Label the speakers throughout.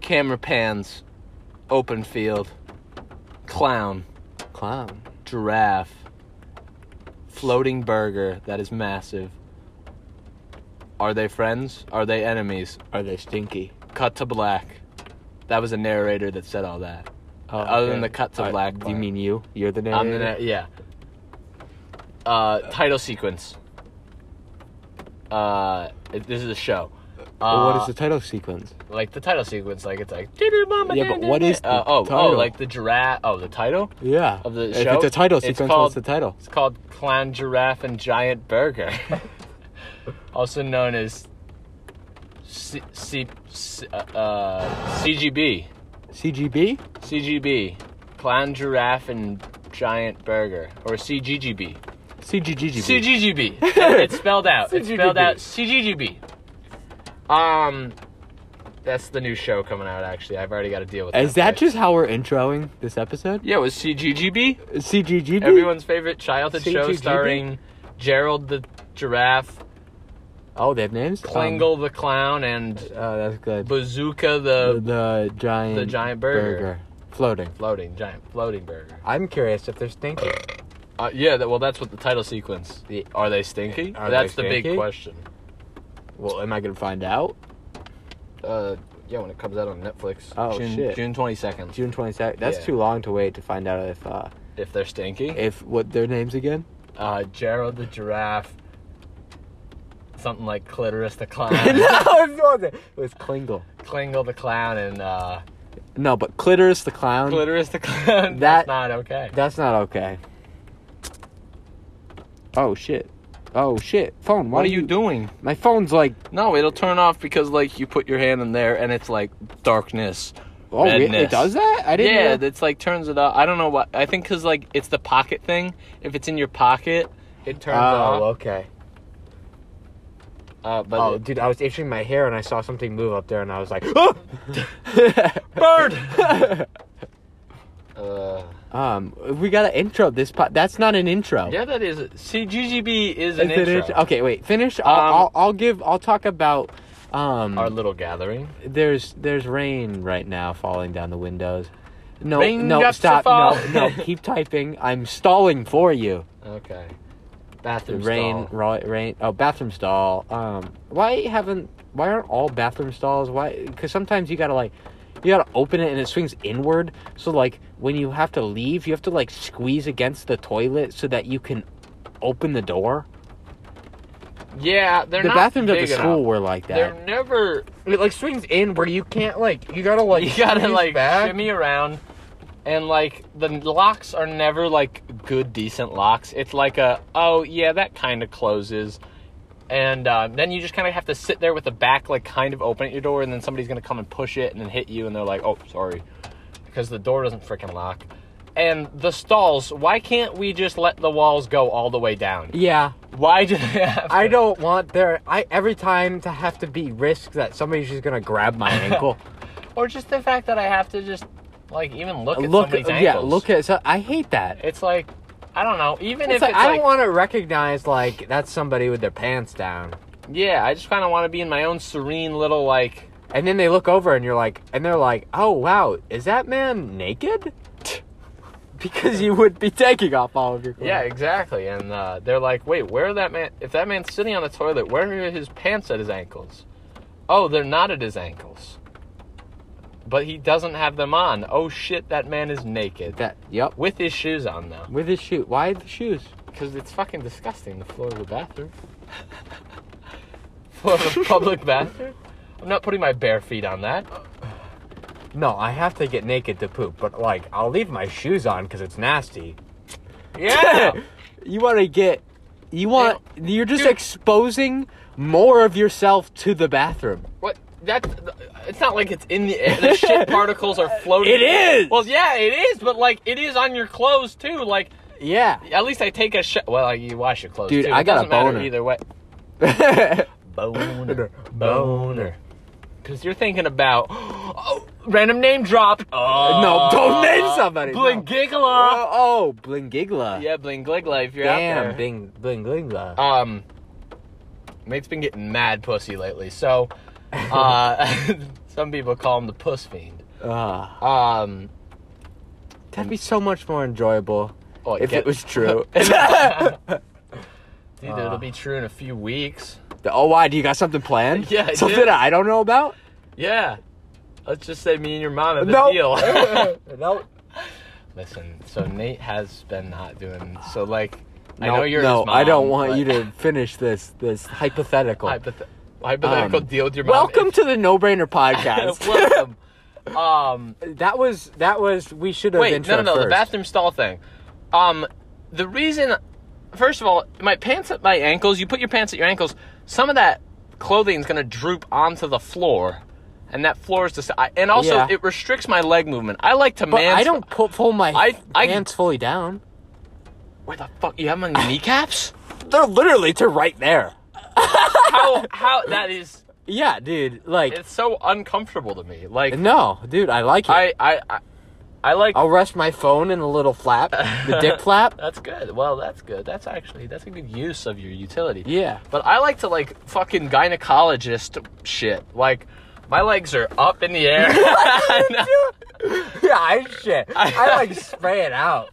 Speaker 1: Camera pans, open field, clown,
Speaker 2: Clown.
Speaker 1: giraffe, floating burger that is massive. Are they friends? Are they enemies?
Speaker 2: Are they stinky?
Speaker 1: Cut to black. That was a narrator that said all that. Other than the cut to
Speaker 2: Are-
Speaker 1: black
Speaker 2: Do you
Speaker 1: part.
Speaker 2: mean you? You're the narrator.
Speaker 1: I'm the na- yeah. Uh, title sequence. Uh, it- this is a show.
Speaker 2: Well,
Speaker 1: Uh,
Speaker 2: what is the title sequence?
Speaker 1: like the title sequence? Like it's like.
Speaker 2: Yeah, but what is the
Speaker 1: uh, oh oh
Speaker 2: title?
Speaker 1: like the giraffe? Oh, the title.
Speaker 2: Yeah.
Speaker 1: Of the
Speaker 2: if
Speaker 1: show?
Speaker 2: it's a title
Speaker 1: It's
Speaker 2: sequence,
Speaker 1: called-
Speaker 2: what's the title?
Speaker 1: It's called Clown Giraffe and Giant Burger, also known as C- C- C- uh, uh, CGB.
Speaker 2: CGB?
Speaker 1: CGB, Clown Giraffe and Giant Burger, or CGGB.
Speaker 2: CGGGB.
Speaker 1: CGGB. it's spelled out. It's spelled out CGGB. Um, that's the new show coming out. Actually, I've already got to deal with.
Speaker 2: Is that
Speaker 1: Netflix.
Speaker 2: just how we're introing this episode?
Speaker 1: Yeah, it was CGGB.
Speaker 2: CGGB?
Speaker 1: Everyone's favorite childhood show
Speaker 2: CGGB?
Speaker 1: starring Gerald the Giraffe,
Speaker 2: Oh, they have names?
Speaker 1: Klingle the Clown, and uh,
Speaker 2: Um, oh, that's good.
Speaker 1: Bazooka
Speaker 2: the,
Speaker 1: the
Speaker 2: giant
Speaker 1: the giant burger.
Speaker 2: Floating.
Speaker 1: floating giant floating burger.
Speaker 3: I'm curious if they're stinky.
Speaker 1: Uh, yeah, that, well, that's what the title sequence. The, are they stinky?
Speaker 3: Are
Speaker 1: that's
Speaker 3: they
Speaker 1: the big
Speaker 3: stinky?
Speaker 1: question.
Speaker 2: Well, am I going to find out?
Speaker 1: Uh, yeah, when it comes out on Netflix.
Speaker 2: Oh,
Speaker 1: June,
Speaker 2: shit.
Speaker 1: June twenty second.
Speaker 2: June 22nd. That's
Speaker 1: Yeah.
Speaker 2: too long to wait to find out if, uh,
Speaker 1: If they're stinky,
Speaker 2: if what their names again?
Speaker 1: uh, Gerald the giraffe, something like clitoris the
Speaker 2: no,
Speaker 1: clown,
Speaker 2: it's not that. It was Klingle.
Speaker 1: Klingle the clown, and uh,
Speaker 2: No, but Clitoris the Clown.
Speaker 1: clitoris the clown. that's
Speaker 2: That-
Speaker 1: not okay.
Speaker 2: That's not okay. Oh shit. Oh shit. Phone, why
Speaker 1: what are
Speaker 2: do
Speaker 1: you doing?
Speaker 2: My phone's like
Speaker 1: No, it'll turn off because like you put your hand in there and it's like darkness.
Speaker 2: oh it- it,
Speaker 1: Redness.
Speaker 2: does that? I didn't
Speaker 1: Yeah,
Speaker 2: know.
Speaker 1: it's like turns it off. I don't know why. I think because like it's the pocket thing. If it's in your pocket, it turns
Speaker 3: Oh,
Speaker 1: off.
Speaker 3: okay.
Speaker 1: Uh, but
Speaker 3: Oh,
Speaker 1: it-
Speaker 3: dude, I was itching my hair and I saw something move up there and I was like, oh!
Speaker 1: bird. uh,
Speaker 2: um we gotta intro this pot that's not an intro.
Speaker 1: yeah, that is. See, GGB is
Speaker 2: Is
Speaker 1: an
Speaker 2: it
Speaker 1: intro.
Speaker 2: intro? Okay, wait, finish. I'll,
Speaker 1: Um,
Speaker 2: I'll I'll give I'll talk about um
Speaker 1: Our little gathering.
Speaker 2: there's there's rain right now falling down the windows. No, no,
Speaker 1: Raindrops are
Speaker 2: stop.
Speaker 1: fall-
Speaker 2: No, no, keep typing. I'm stalling for you.
Speaker 1: Okay. Bathroom
Speaker 2: rain,
Speaker 1: stall.
Speaker 2: ra- rain. Oh, bathroom stall. Um, why haven't? Why aren't all bathroom stalls? Why? Because sometimes you gotta like, you gotta open it and it swings inward. So like when you have to leave, you have to like squeeze against the toilet so that you can open the door.
Speaker 1: Yeah, they're
Speaker 2: the
Speaker 1: not
Speaker 2: bathrooms at the
Speaker 1: big enough.
Speaker 2: school were like that.
Speaker 1: They're never.
Speaker 3: It like swings in where you can't like you gotta like
Speaker 1: You gotta
Speaker 3: squeeze
Speaker 1: like
Speaker 3: back.
Speaker 1: shimmy around, and like the locks are never like good decent locks. It's like a oh yeah that kind of closes, and uh, then you just kind of have to sit there with the back like kind of open at your door, and then somebody's gonna come and push it and then hit you, and they're like oh sorry, because the door doesn't freaking lock. And the stalls, why can't we just let the walls go all the way down?
Speaker 3: Yeah,
Speaker 1: Why do they have?
Speaker 3: I don't want there. I every time to have to be risk that somebody's just gonna grab my ankle.
Speaker 1: or just the fact that I have to just like even look at
Speaker 2: look,
Speaker 1: somebody's ankles.
Speaker 2: yeah, look at. So I hate that.
Speaker 1: It's like I don't know. Even
Speaker 3: It's
Speaker 1: if
Speaker 3: like,
Speaker 1: it's
Speaker 3: I
Speaker 1: like
Speaker 3: don't want to recognize like that's somebody with their pants down,
Speaker 1: yeah, I just kind of want to be in my own serene little like
Speaker 3: and then they look over and you're like, and they're like, oh wow, is that man naked?
Speaker 2: Because you would be taking off all of your clothes.
Speaker 1: yeah exactly. And uh, they're like, wait, where are that man? If that man's sitting on the toilet, where are his pants at his ankles? Oh, they're not at his ankles. But he doesn't have them on. Oh shit, that man is naked.
Speaker 2: That. Yep.
Speaker 1: With his shoes on though,
Speaker 2: With his shoe. Why the shoes?
Speaker 1: because it's fucking disgusting. The floor of the bathroom, floor of the public bathroom. I'm not putting my bare feet on that.
Speaker 3: No, I have to get naked to poop, but like I'll leave my shoes on because it's nasty.
Speaker 1: Yeah.
Speaker 2: you want to get you want you're just
Speaker 1: dude.
Speaker 2: exposing more of yourself to the bathroom
Speaker 1: What? That's. It's not like it's in the air. The shit particles are floating.
Speaker 2: It is!
Speaker 1: Well, yeah, it is. But like, it is on your clothes too. Like,
Speaker 2: yeah
Speaker 1: at least I take a shit. Well, you wash your clothes.
Speaker 2: Dude,
Speaker 1: too.
Speaker 2: I
Speaker 1: It
Speaker 2: got
Speaker 1: doesn't
Speaker 2: a
Speaker 1: matter
Speaker 2: boner.
Speaker 1: Either way,
Speaker 2: yeah
Speaker 1: boner, boner. Because you're thinking about oh, random name drop. Oh,
Speaker 2: Uh, no don't name somebody no.
Speaker 1: Bling Gigala.
Speaker 2: oh, oh blingigla
Speaker 1: Yeah, Bling Gligla. If you're out there.
Speaker 3: Damn, bing, bling, bling, blah.
Speaker 1: Um, Nate's been getting mad pussy lately, so uh, Some people call him the puss fiend.
Speaker 2: Ah,
Speaker 1: Um,
Speaker 2: that'd be so much more enjoyable
Speaker 1: oh,
Speaker 2: if
Speaker 1: get-
Speaker 2: it was Ah. true.
Speaker 1: dude, it'll be true in a few weeks.
Speaker 2: oh, why? Do you got something planned?
Speaker 1: Yeah, I do.
Speaker 2: something I don't know about.
Speaker 1: Yeah, let's just say me and your mom have a
Speaker 2: Nope.
Speaker 1: deal.
Speaker 4: nope.
Speaker 1: Listen, so Nate has been not doing so. Like, I
Speaker 2: No,
Speaker 1: know you're.
Speaker 2: No,
Speaker 1: his mom,
Speaker 2: I don't want
Speaker 1: but-
Speaker 2: you to finish this this hypothetical.
Speaker 1: Hypoth- hypothetical
Speaker 2: Um,
Speaker 1: deal with your mom.
Speaker 2: Welcome to the No Brainer Podcast.
Speaker 1: welcome. Um,
Speaker 2: that was that was we should have
Speaker 1: wait,
Speaker 2: intro
Speaker 1: no, no, no, the
Speaker 2: first.
Speaker 1: bathroom stall thing. Um, the reason, first of all, my pants at my ankles. You put your pants at your ankles. Some of that clothing is going to droop onto the floor, and that floor is the. I- And also,
Speaker 2: Yeah.
Speaker 1: it restricts my leg movement. I like to
Speaker 2: But
Speaker 1: man.
Speaker 2: I don't pull, pull my
Speaker 1: I- I-
Speaker 2: hands fully down.
Speaker 1: Where the fuck you have my kneecaps?
Speaker 2: They're literally to right there.
Speaker 1: How? How? That is.
Speaker 2: Yeah, dude. Like
Speaker 1: It's so uncomfortable to me. Like
Speaker 2: no, dude. I like it. I,
Speaker 1: I, I, I, I like.
Speaker 2: will rest my phone in a little flap, the dick flap.
Speaker 1: That's good. Well, that's good. That's actually that's a good use of your utility.
Speaker 2: Yeah.
Speaker 1: But I like to like fucking gynecologist shit. Like my legs are up in the air. I
Speaker 4: Yeah, I shit. I like spray it out.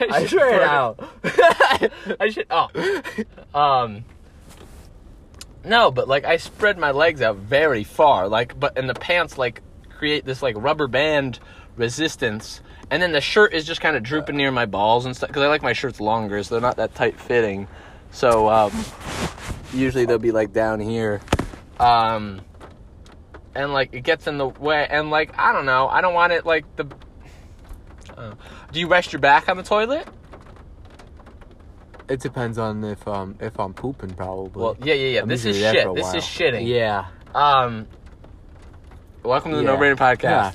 Speaker 4: I
Speaker 1: should
Speaker 4: spray it
Speaker 1: put-
Speaker 4: out.
Speaker 1: I should. Oh. Um. No, but like I spread my legs out very far. Like, but and the pants like create this like rubber band resistance, and then the shirt is just kind of drooping near my balls and stuff. Because I like my shirts longer, so they're not that tight fitting. So um, usually they'll be like down here. Um. And like it gets in the way, and like I don't know, I don't want it like the. Uh, do you rest your back on the toilet?
Speaker 2: It depends on if um if I'm pooping probably.
Speaker 1: Well, yeah, yeah, yeah.
Speaker 2: I'm
Speaker 1: This is
Speaker 2: usually there for
Speaker 1: shit.
Speaker 2: a
Speaker 1: This is
Speaker 2: while.
Speaker 1: shitting.
Speaker 2: Yeah.
Speaker 1: Um. Welcome to the
Speaker 2: yeah,
Speaker 1: No Brainer Podcast.
Speaker 2: Yeah.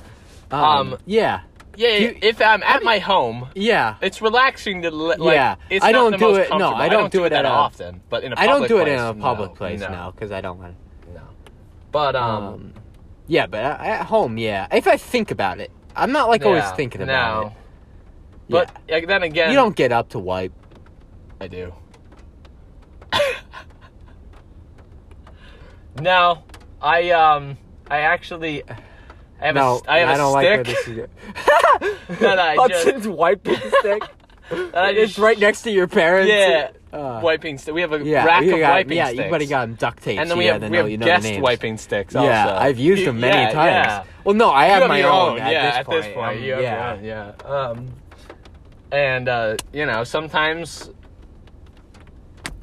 Speaker 2: Um,
Speaker 1: Um,
Speaker 2: yeah.
Speaker 1: Yeah. yeah,
Speaker 2: You-
Speaker 1: if I'm at my home,
Speaker 2: Yeah.
Speaker 1: it's relaxing to le- like.
Speaker 2: Yeah,
Speaker 1: It's
Speaker 2: I
Speaker 1: not
Speaker 2: don't
Speaker 1: the
Speaker 2: do
Speaker 1: most
Speaker 2: it- no,
Speaker 1: comfortable.
Speaker 2: I don't do it
Speaker 1: that
Speaker 2: at a-
Speaker 1: often. But in a
Speaker 2: I
Speaker 1: public
Speaker 2: don't do it in a
Speaker 1: place,
Speaker 2: public
Speaker 1: no,
Speaker 2: place
Speaker 1: no,
Speaker 2: now because I don't want. to.
Speaker 1: No. But um.
Speaker 2: um, yeah, but at at home, yeah. If I think about it, I'm not like always
Speaker 1: yeah,
Speaker 2: thinking about
Speaker 1: no.
Speaker 2: it.
Speaker 1: But like, then again,
Speaker 2: You don't get up to wipe.
Speaker 1: I do. no, I um, I actually. I have a,
Speaker 2: No,
Speaker 1: st- I have
Speaker 2: I
Speaker 1: a
Speaker 2: don't like where
Speaker 1: stick.
Speaker 2: this is.
Speaker 1: No, no, I just,
Speaker 4: Hudson's wiping stick.
Speaker 1: I
Speaker 2: It's
Speaker 1: just-
Speaker 2: right next to your parents.
Speaker 1: Yeah.
Speaker 2: Uh,
Speaker 1: wiping st- we have a
Speaker 2: yeah,
Speaker 1: rack
Speaker 2: you
Speaker 1: of
Speaker 2: got,
Speaker 1: wiping
Speaker 2: yeah,
Speaker 1: sticks.
Speaker 2: you buddy got them duct taped.
Speaker 1: and then we
Speaker 2: yeah,
Speaker 1: have,
Speaker 2: then
Speaker 1: we
Speaker 2: they'll-
Speaker 1: have
Speaker 2: you know the
Speaker 1: guest
Speaker 2: names.
Speaker 1: wiping sticks.
Speaker 2: Yeah,
Speaker 1: also.
Speaker 2: I've used
Speaker 1: You-
Speaker 2: them many
Speaker 1: yeah,
Speaker 2: times.
Speaker 1: yeah.
Speaker 2: Well, no, I
Speaker 1: You
Speaker 2: have, my
Speaker 1: your
Speaker 2: own.
Speaker 1: Yeah,
Speaker 2: at this point.
Speaker 1: you have
Speaker 2: yeah.
Speaker 1: your own, yeah. Um, and uh, you know, sometimes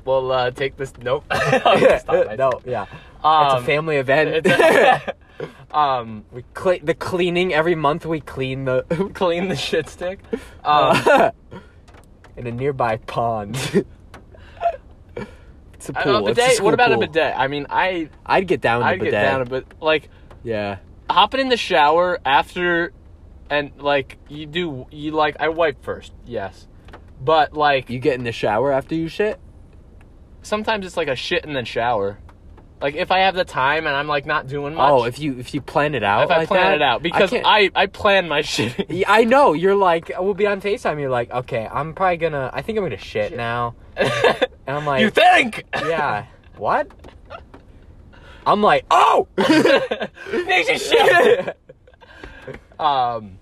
Speaker 1: we'll uh, take this. Nope. I'll just stop myself.
Speaker 2: no, yeah. It's a
Speaker 1: Um,
Speaker 2: family event.
Speaker 1: it's a- um,
Speaker 2: we cle- the cleaning every month. We clean the
Speaker 1: clean the shit stick.
Speaker 2: Uh,
Speaker 1: Um,
Speaker 2: in a nearby pond. it's a
Speaker 1: I
Speaker 2: pool.
Speaker 1: don't know,
Speaker 2: it's a
Speaker 1: bidet.
Speaker 2: school
Speaker 1: What about
Speaker 2: pool.
Speaker 1: a bidet? I mean, I
Speaker 2: I'd get down.
Speaker 1: I'd
Speaker 2: to
Speaker 1: get
Speaker 2: bidet.
Speaker 1: down a bit like.
Speaker 2: Yeah.
Speaker 1: hopping in the shower after and like you do you like I wipe first, yes. But like
Speaker 2: You get in the shower after you shit.
Speaker 1: sometimes it's like a shit and then shower. Like if I have the time and I'm like not doing much.
Speaker 2: Oh, if you if you plan it out.
Speaker 1: if I
Speaker 2: like
Speaker 1: plan
Speaker 2: that,
Speaker 1: it out because
Speaker 2: can't-
Speaker 1: I, I, plan my shit.
Speaker 2: Yeah, I know you're like we'll be on Facetime. You're like, okay, I'm probably gonna. I think I'm gonna shit, now, and I'm like,
Speaker 1: you think?
Speaker 2: yeah, what? I'm like, oh,
Speaker 1: This is shit. um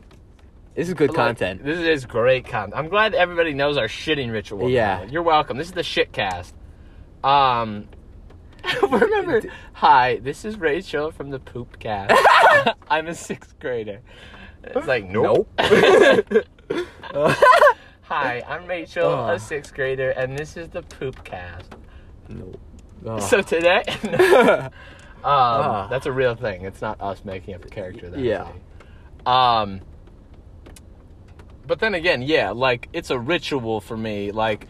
Speaker 2: this is good
Speaker 1: like, this is great content. I'm glad everybody knows our shitting ritual. now.
Speaker 2: Yeah.
Speaker 1: You're welcome. This is the shit cast. Um remember Hi, this is Rachel from the Poop Cast. I'm a sixth grader. It's like nope. Hi, I'm Rachel,
Speaker 2: Aw.
Speaker 1: a sixth grader, and this is the Poop Cast.
Speaker 2: Ugh.
Speaker 1: So today Um,
Speaker 2: Ah.
Speaker 1: that's a real thing. It's not us making up a character. That's
Speaker 2: Yeah.
Speaker 1: a- Um. But then again, yeah, like it's a ritual for me. Like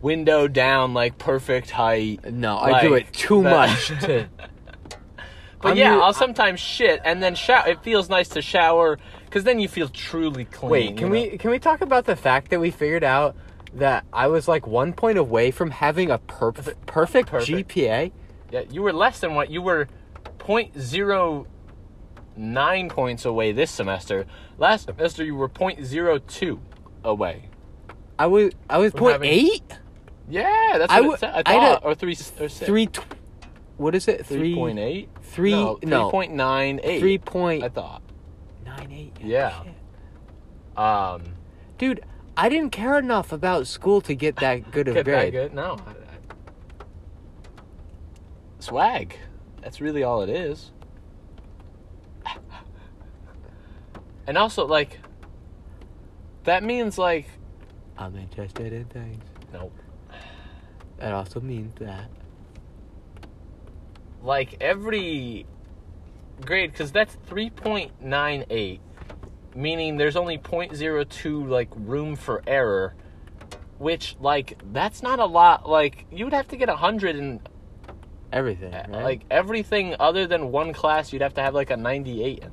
Speaker 1: window down, like perfect height.
Speaker 2: no, I do
Speaker 1: like,
Speaker 2: it too
Speaker 1: that-
Speaker 2: much. To,
Speaker 1: But
Speaker 2: I'm
Speaker 1: yeah,
Speaker 2: u-
Speaker 1: I'll sometimes shit and then shower. It feels nice to shower because then you feel truly clean.
Speaker 2: wait, can
Speaker 1: you know?
Speaker 2: we can we talk about the fact that we figured out that I was like one point away from having a perf- perfect,
Speaker 1: Perfect.
Speaker 2: GPA?
Speaker 1: Yeah, you were less than what you were, point zero nine points away this semester. Last semester you were point zero two away.
Speaker 2: I was I was point
Speaker 1: having-
Speaker 2: eight.
Speaker 1: Yeah, that's
Speaker 2: I
Speaker 1: what
Speaker 2: would-
Speaker 1: it said. I
Speaker 2: I'd
Speaker 1: thought.
Speaker 2: a-
Speaker 1: or three, s- or six.
Speaker 2: three. Tw- what is it?
Speaker 1: Three point eight.
Speaker 2: three-
Speaker 1: No,
Speaker 2: no.
Speaker 1: three point nine eight.
Speaker 2: Three point
Speaker 1: I thought.
Speaker 2: nine eight. Oh,
Speaker 1: Yeah.
Speaker 2: Shit.
Speaker 1: Um,
Speaker 2: Dude, I didn't care enough about school to get that good of
Speaker 1: get that
Speaker 2: grade.
Speaker 1: good? No. I- I- Swag. That's really all it is. And also, like, that means like,
Speaker 2: I'm interested in things.
Speaker 1: no,
Speaker 2: That also means that.
Speaker 1: like every grade, because that's three point nine eight, meaning there's only 0.02 like room for error, which like that's not a lot. Like you would have to get a hundred and
Speaker 2: Everything.
Speaker 1: Uh,
Speaker 2: Right?
Speaker 1: like everything other than one class you'd have to have like a 98 in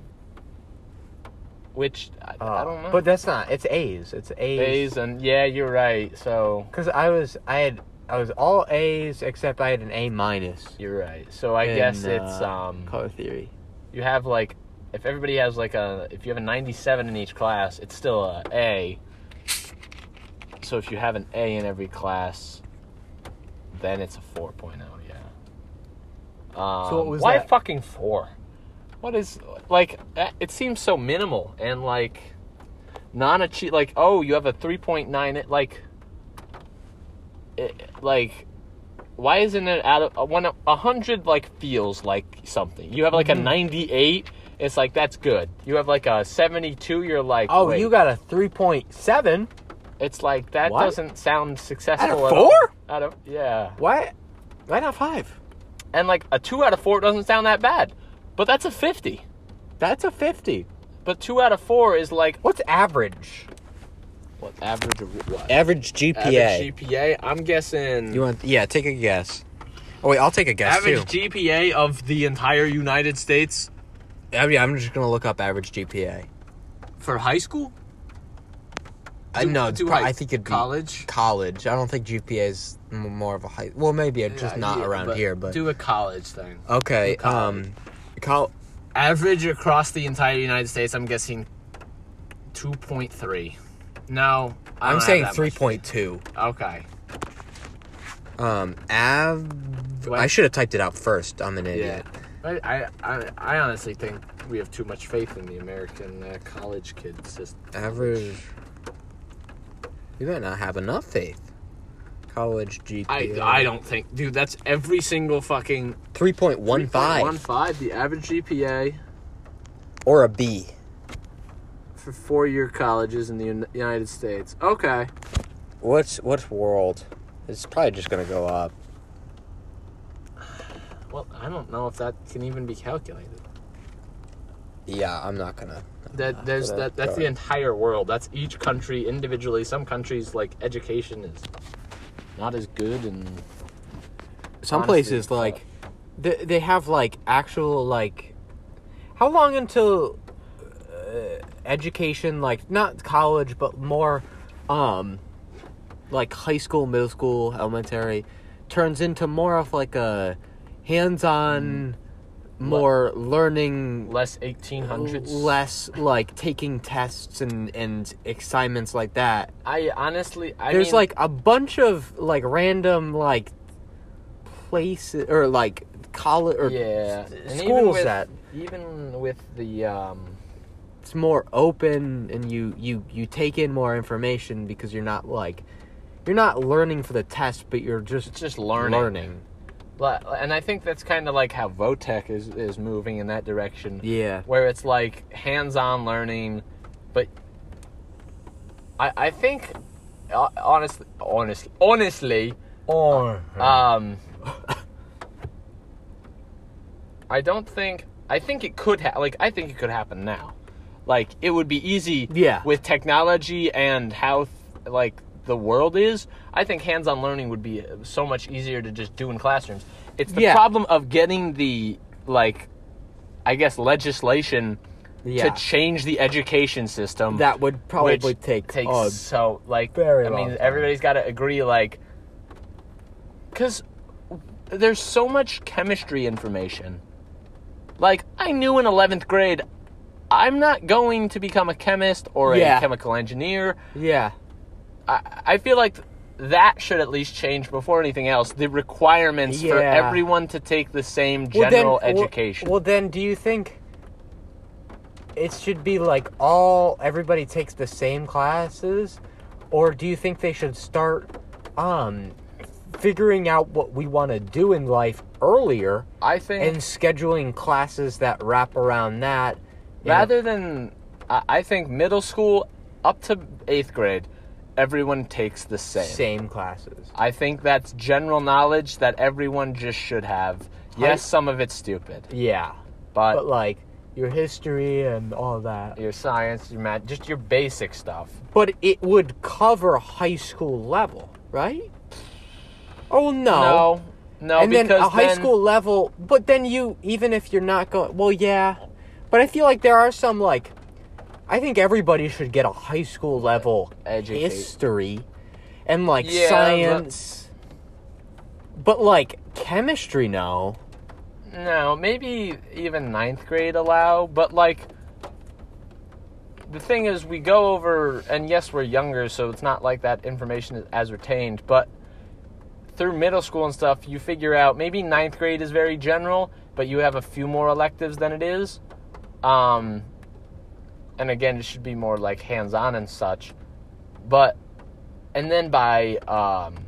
Speaker 1: which i, I
Speaker 2: Ah,
Speaker 5: Uh,
Speaker 1: don't know
Speaker 5: But that's not. It's A's. It's A's.
Speaker 1: a's and yeah you're right so
Speaker 5: Because I was, I had, I was all A's except I had an A minus.
Speaker 1: you're right so i
Speaker 2: in,
Speaker 1: guess it's
Speaker 2: uh,
Speaker 1: um
Speaker 2: color theory.
Speaker 1: you have like if everybody has like a if you have a 97 in each class it's still a a so if you have an a in every class then it's a 4.0 yeah um,
Speaker 5: So what was
Speaker 1: why
Speaker 5: that?
Speaker 1: fucking four what is like eh, it seems so minimal and like non-achieve like oh you have a 3.9 it like it, eh, like why isn't it out of uh, when a hundred like feels like something? You have like
Speaker 2: Mm-hmm.
Speaker 1: a ninety-eight, it's like that's good. You have like a seventy-two, you're like,
Speaker 5: Oh,
Speaker 1: wait.
Speaker 5: you got a three point seven.
Speaker 1: It's like that
Speaker 2: What?
Speaker 1: doesn't sound successful.
Speaker 5: Out of
Speaker 1: at all.
Speaker 5: four?
Speaker 1: Out of yeah,
Speaker 5: What? Why not five?
Speaker 1: and like a two out of four doesn't sound that bad, but that's a fifty.
Speaker 5: That's a fifty.
Speaker 1: But two out of four is like
Speaker 5: What's average?
Speaker 1: what average of what?
Speaker 2: Average GPA.
Speaker 1: Average GPA. I'm guessing
Speaker 2: you want? Yeah, take a guess. Oh wait, I'll take a guess
Speaker 1: average
Speaker 2: too.
Speaker 1: GPA of the entire United States
Speaker 2: I mean, I'm just gonna look up average GPA.
Speaker 1: for high school.
Speaker 2: I
Speaker 1: Do-
Speaker 2: know. Uh, it's
Speaker 1: do
Speaker 2: prob-
Speaker 1: high-
Speaker 2: I think it'd be
Speaker 1: college?
Speaker 2: College. I don't think GPA is m- more of a high. Well, maybe it's just
Speaker 1: Yeah,
Speaker 2: not
Speaker 1: yeah,
Speaker 2: around here. But
Speaker 1: do a college thing.
Speaker 2: okay.
Speaker 1: do college.
Speaker 2: Um, col-
Speaker 1: Average across the entire United States, I'm guessing 2.3. No, I
Speaker 2: I'm
Speaker 1: don't
Speaker 2: saying
Speaker 1: have that
Speaker 2: three
Speaker 1: much.
Speaker 2: point two.
Speaker 1: Okay.
Speaker 2: Um, av.
Speaker 1: Do
Speaker 2: I should have typed it out first. I'm an idiot.
Speaker 1: I, I, I, I honestly think we have too much faith in the American uh, college kid system.
Speaker 2: Average. You might not have enough faith. College GPA.
Speaker 1: I, I don't think, dude. That's every single fucking
Speaker 2: Three point one
Speaker 1: One
Speaker 2: five
Speaker 1: five. The average GPA
Speaker 2: or a B.
Speaker 1: for four-year colleges in the Uni- United States. Okay.
Speaker 2: What's what's world? It's probably just gonna go up.
Speaker 1: Well, I don't know if that can even be calculated.
Speaker 2: Yeah, I'm not gonna.
Speaker 1: That there's
Speaker 2: that-
Speaker 1: that that's the
Speaker 2: that-
Speaker 1: entire world. That's each country individually. Some countries like education is not as good and
Speaker 2: Some
Speaker 1: Honestly,
Speaker 2: places like, they they have like actual like, how long until uh, education like not college but more, um, like high school, middle school, elementary, turns into more of like a hands-on, more learning
Speaker 1: less eighteen Mm. hundreds.
Speaker 2: less like taking tests and and assignments like that.
Speaker 1: I honestly I
Speaker 2: There's
Speaker 1: mean,
Speaker 2: like a bunch of like random like places or like college
Speaker 1: er,
Speaker 2: or
Speaker 1: yeah
Speaker 2: s-
Speaker 1: and even
Speaker 2: schools
Speaker 1: with-
Speaker 2: that
Speaker 1: even with the um
Speaker 2: it's more open and you you you take in more information because you're not like you're not learning for the test, but you're
Speaker 1: it's
Speaker 2: just
Speaker 1: just learning. But, and I think that's kind of like how Votech is is moving in that direction.
Speaker 2: Yeah.
Speaker 1: where it's like hands-on learning but i i think uh, honestly honestly honestly
Speaker 5: Or
Speaker 1: um i don't think i think it could ha- like i think it could happen now like it would be easy
Speaker 2: Yeah.
Speaker 1: with technology and how th- like the world is i think hands-on learning would be uh, so much easier to just do in classrooms it's the
Speaker 2: Yeah.
Speaker 1: problem of getting the like i guess legislation to
Speaker 2: Yeah.
Speaker 1: change the education system
Speaker 2: That would probably
Speaker 1: which
Speaker 2: take
Speaker 1: takes
Speaker 2: a
Speaker 1: so like
Speaker 5: very
Speaker 1: I
Speaker 5: long
Speaker 1: mean
Speaker 5: time.
Speaker 1: everybody's got to agree like cuz there's so much chemistry information. Like I knew in 11th grade I'm not going to become a chemist or
Speaker 2: Yeah.
Speaker 1: a chemical engineer.
Speaker 2: yeah.
Speaker 1: I I feel like that should at least change before anything else. The requirements for
Speaker 2: Yeah.
Speaker 1: everyone to take the same
Speaker 2: Well, then-
Speaker 1: general
Speaker 2: well-
Speaker 1: education.
Speaker 2: Well, then, do you think it should be like all everybody takes the same classes, or do you think they should start um figuring out what we want to do in life earlier
Speaker 1: I think
Speaker 2: and scheduling classes that wrap around that? you know?
Speaker 1: rather than I I think middle school up to eighth grade, everyone takes the same.
Speaker 2: same classes.
Speaker 1: I think that's general knowledge that everyone just should have. Yes, some of it's stupid,
Speaker 2: Yeah,
Speaker 1: but,
Speaker 2: but like your history and all that.
Speaker 1: your science, your math, just your basic stuff.
Speaker 2: But it would cover high school level, right? Oh
Speaker 1: No, no,
Speaker 2: and
Speaker 1: because
Speaker 2: then a high
Speaker 1: then-
Speaker 2: school level but then you even if you're not going well yeah but i feel like there are some like i think everybody should get a high school level
Speaker 1: Educate.
Speaker 2: history and like
Speaker 1: Yeah, but-
Speaker 2: science but... like chemistry no
Speaker 1: No, maybe even ninth grade allow, but like the thing is we go over and yes we're younger, so it's not like that information is as retained, but through middle school and stuff you figure out maybe ninth grade is very general, but you have a few more electives than it is. Um and again it should be more like hands on and such. But and then by um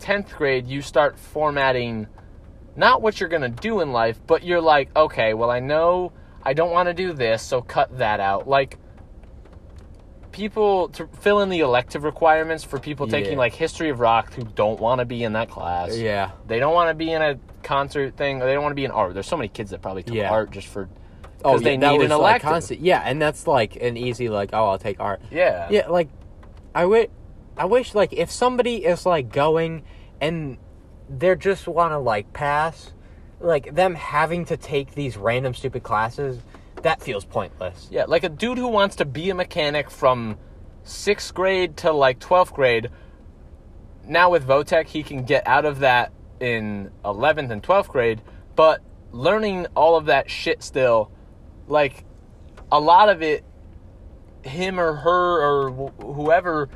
Speaker 1: 10th grade you start formatting not what you're going to do in life, but you're like, okay, well, I know I don't want to do this, so cut that out. Like, people to fill in the elective requirements for people taking
Speaker 2: Yeah.
Speaker 1: like history of rock who don't want to be in that class.
Speaker 2: yeah
Speaker 1: They don't want to be in a concert thing, or they don't want to be in art. There's so many kids that probably took
Speaker 2: Yeah.
Speaker 1: art just for
Speaker 2: oh
Speaker 1: because they
Speaker 2: yeah, that
Speaker 1: need
Speaker 2: was
Speaker 1: an
Speaker 2: like
Speaker 1: elective.
Speaker 2: constant yeah and that's like an easy like oh i'll take art
Speaker 1: yeah.
Speaker 2: yeah like i wish i wish like if somebody is like going and they're just want to like pass like them having to take these random stupid classes that feels pointless
Speaker 1: Yeah, like a dude who wants to be a mechanic from sixth grade to like 12th grade. Now with Votech, he can get out of that in 11th and 12th grade, but learning all of that shit still, like a lot of it, him or her or wh- whoever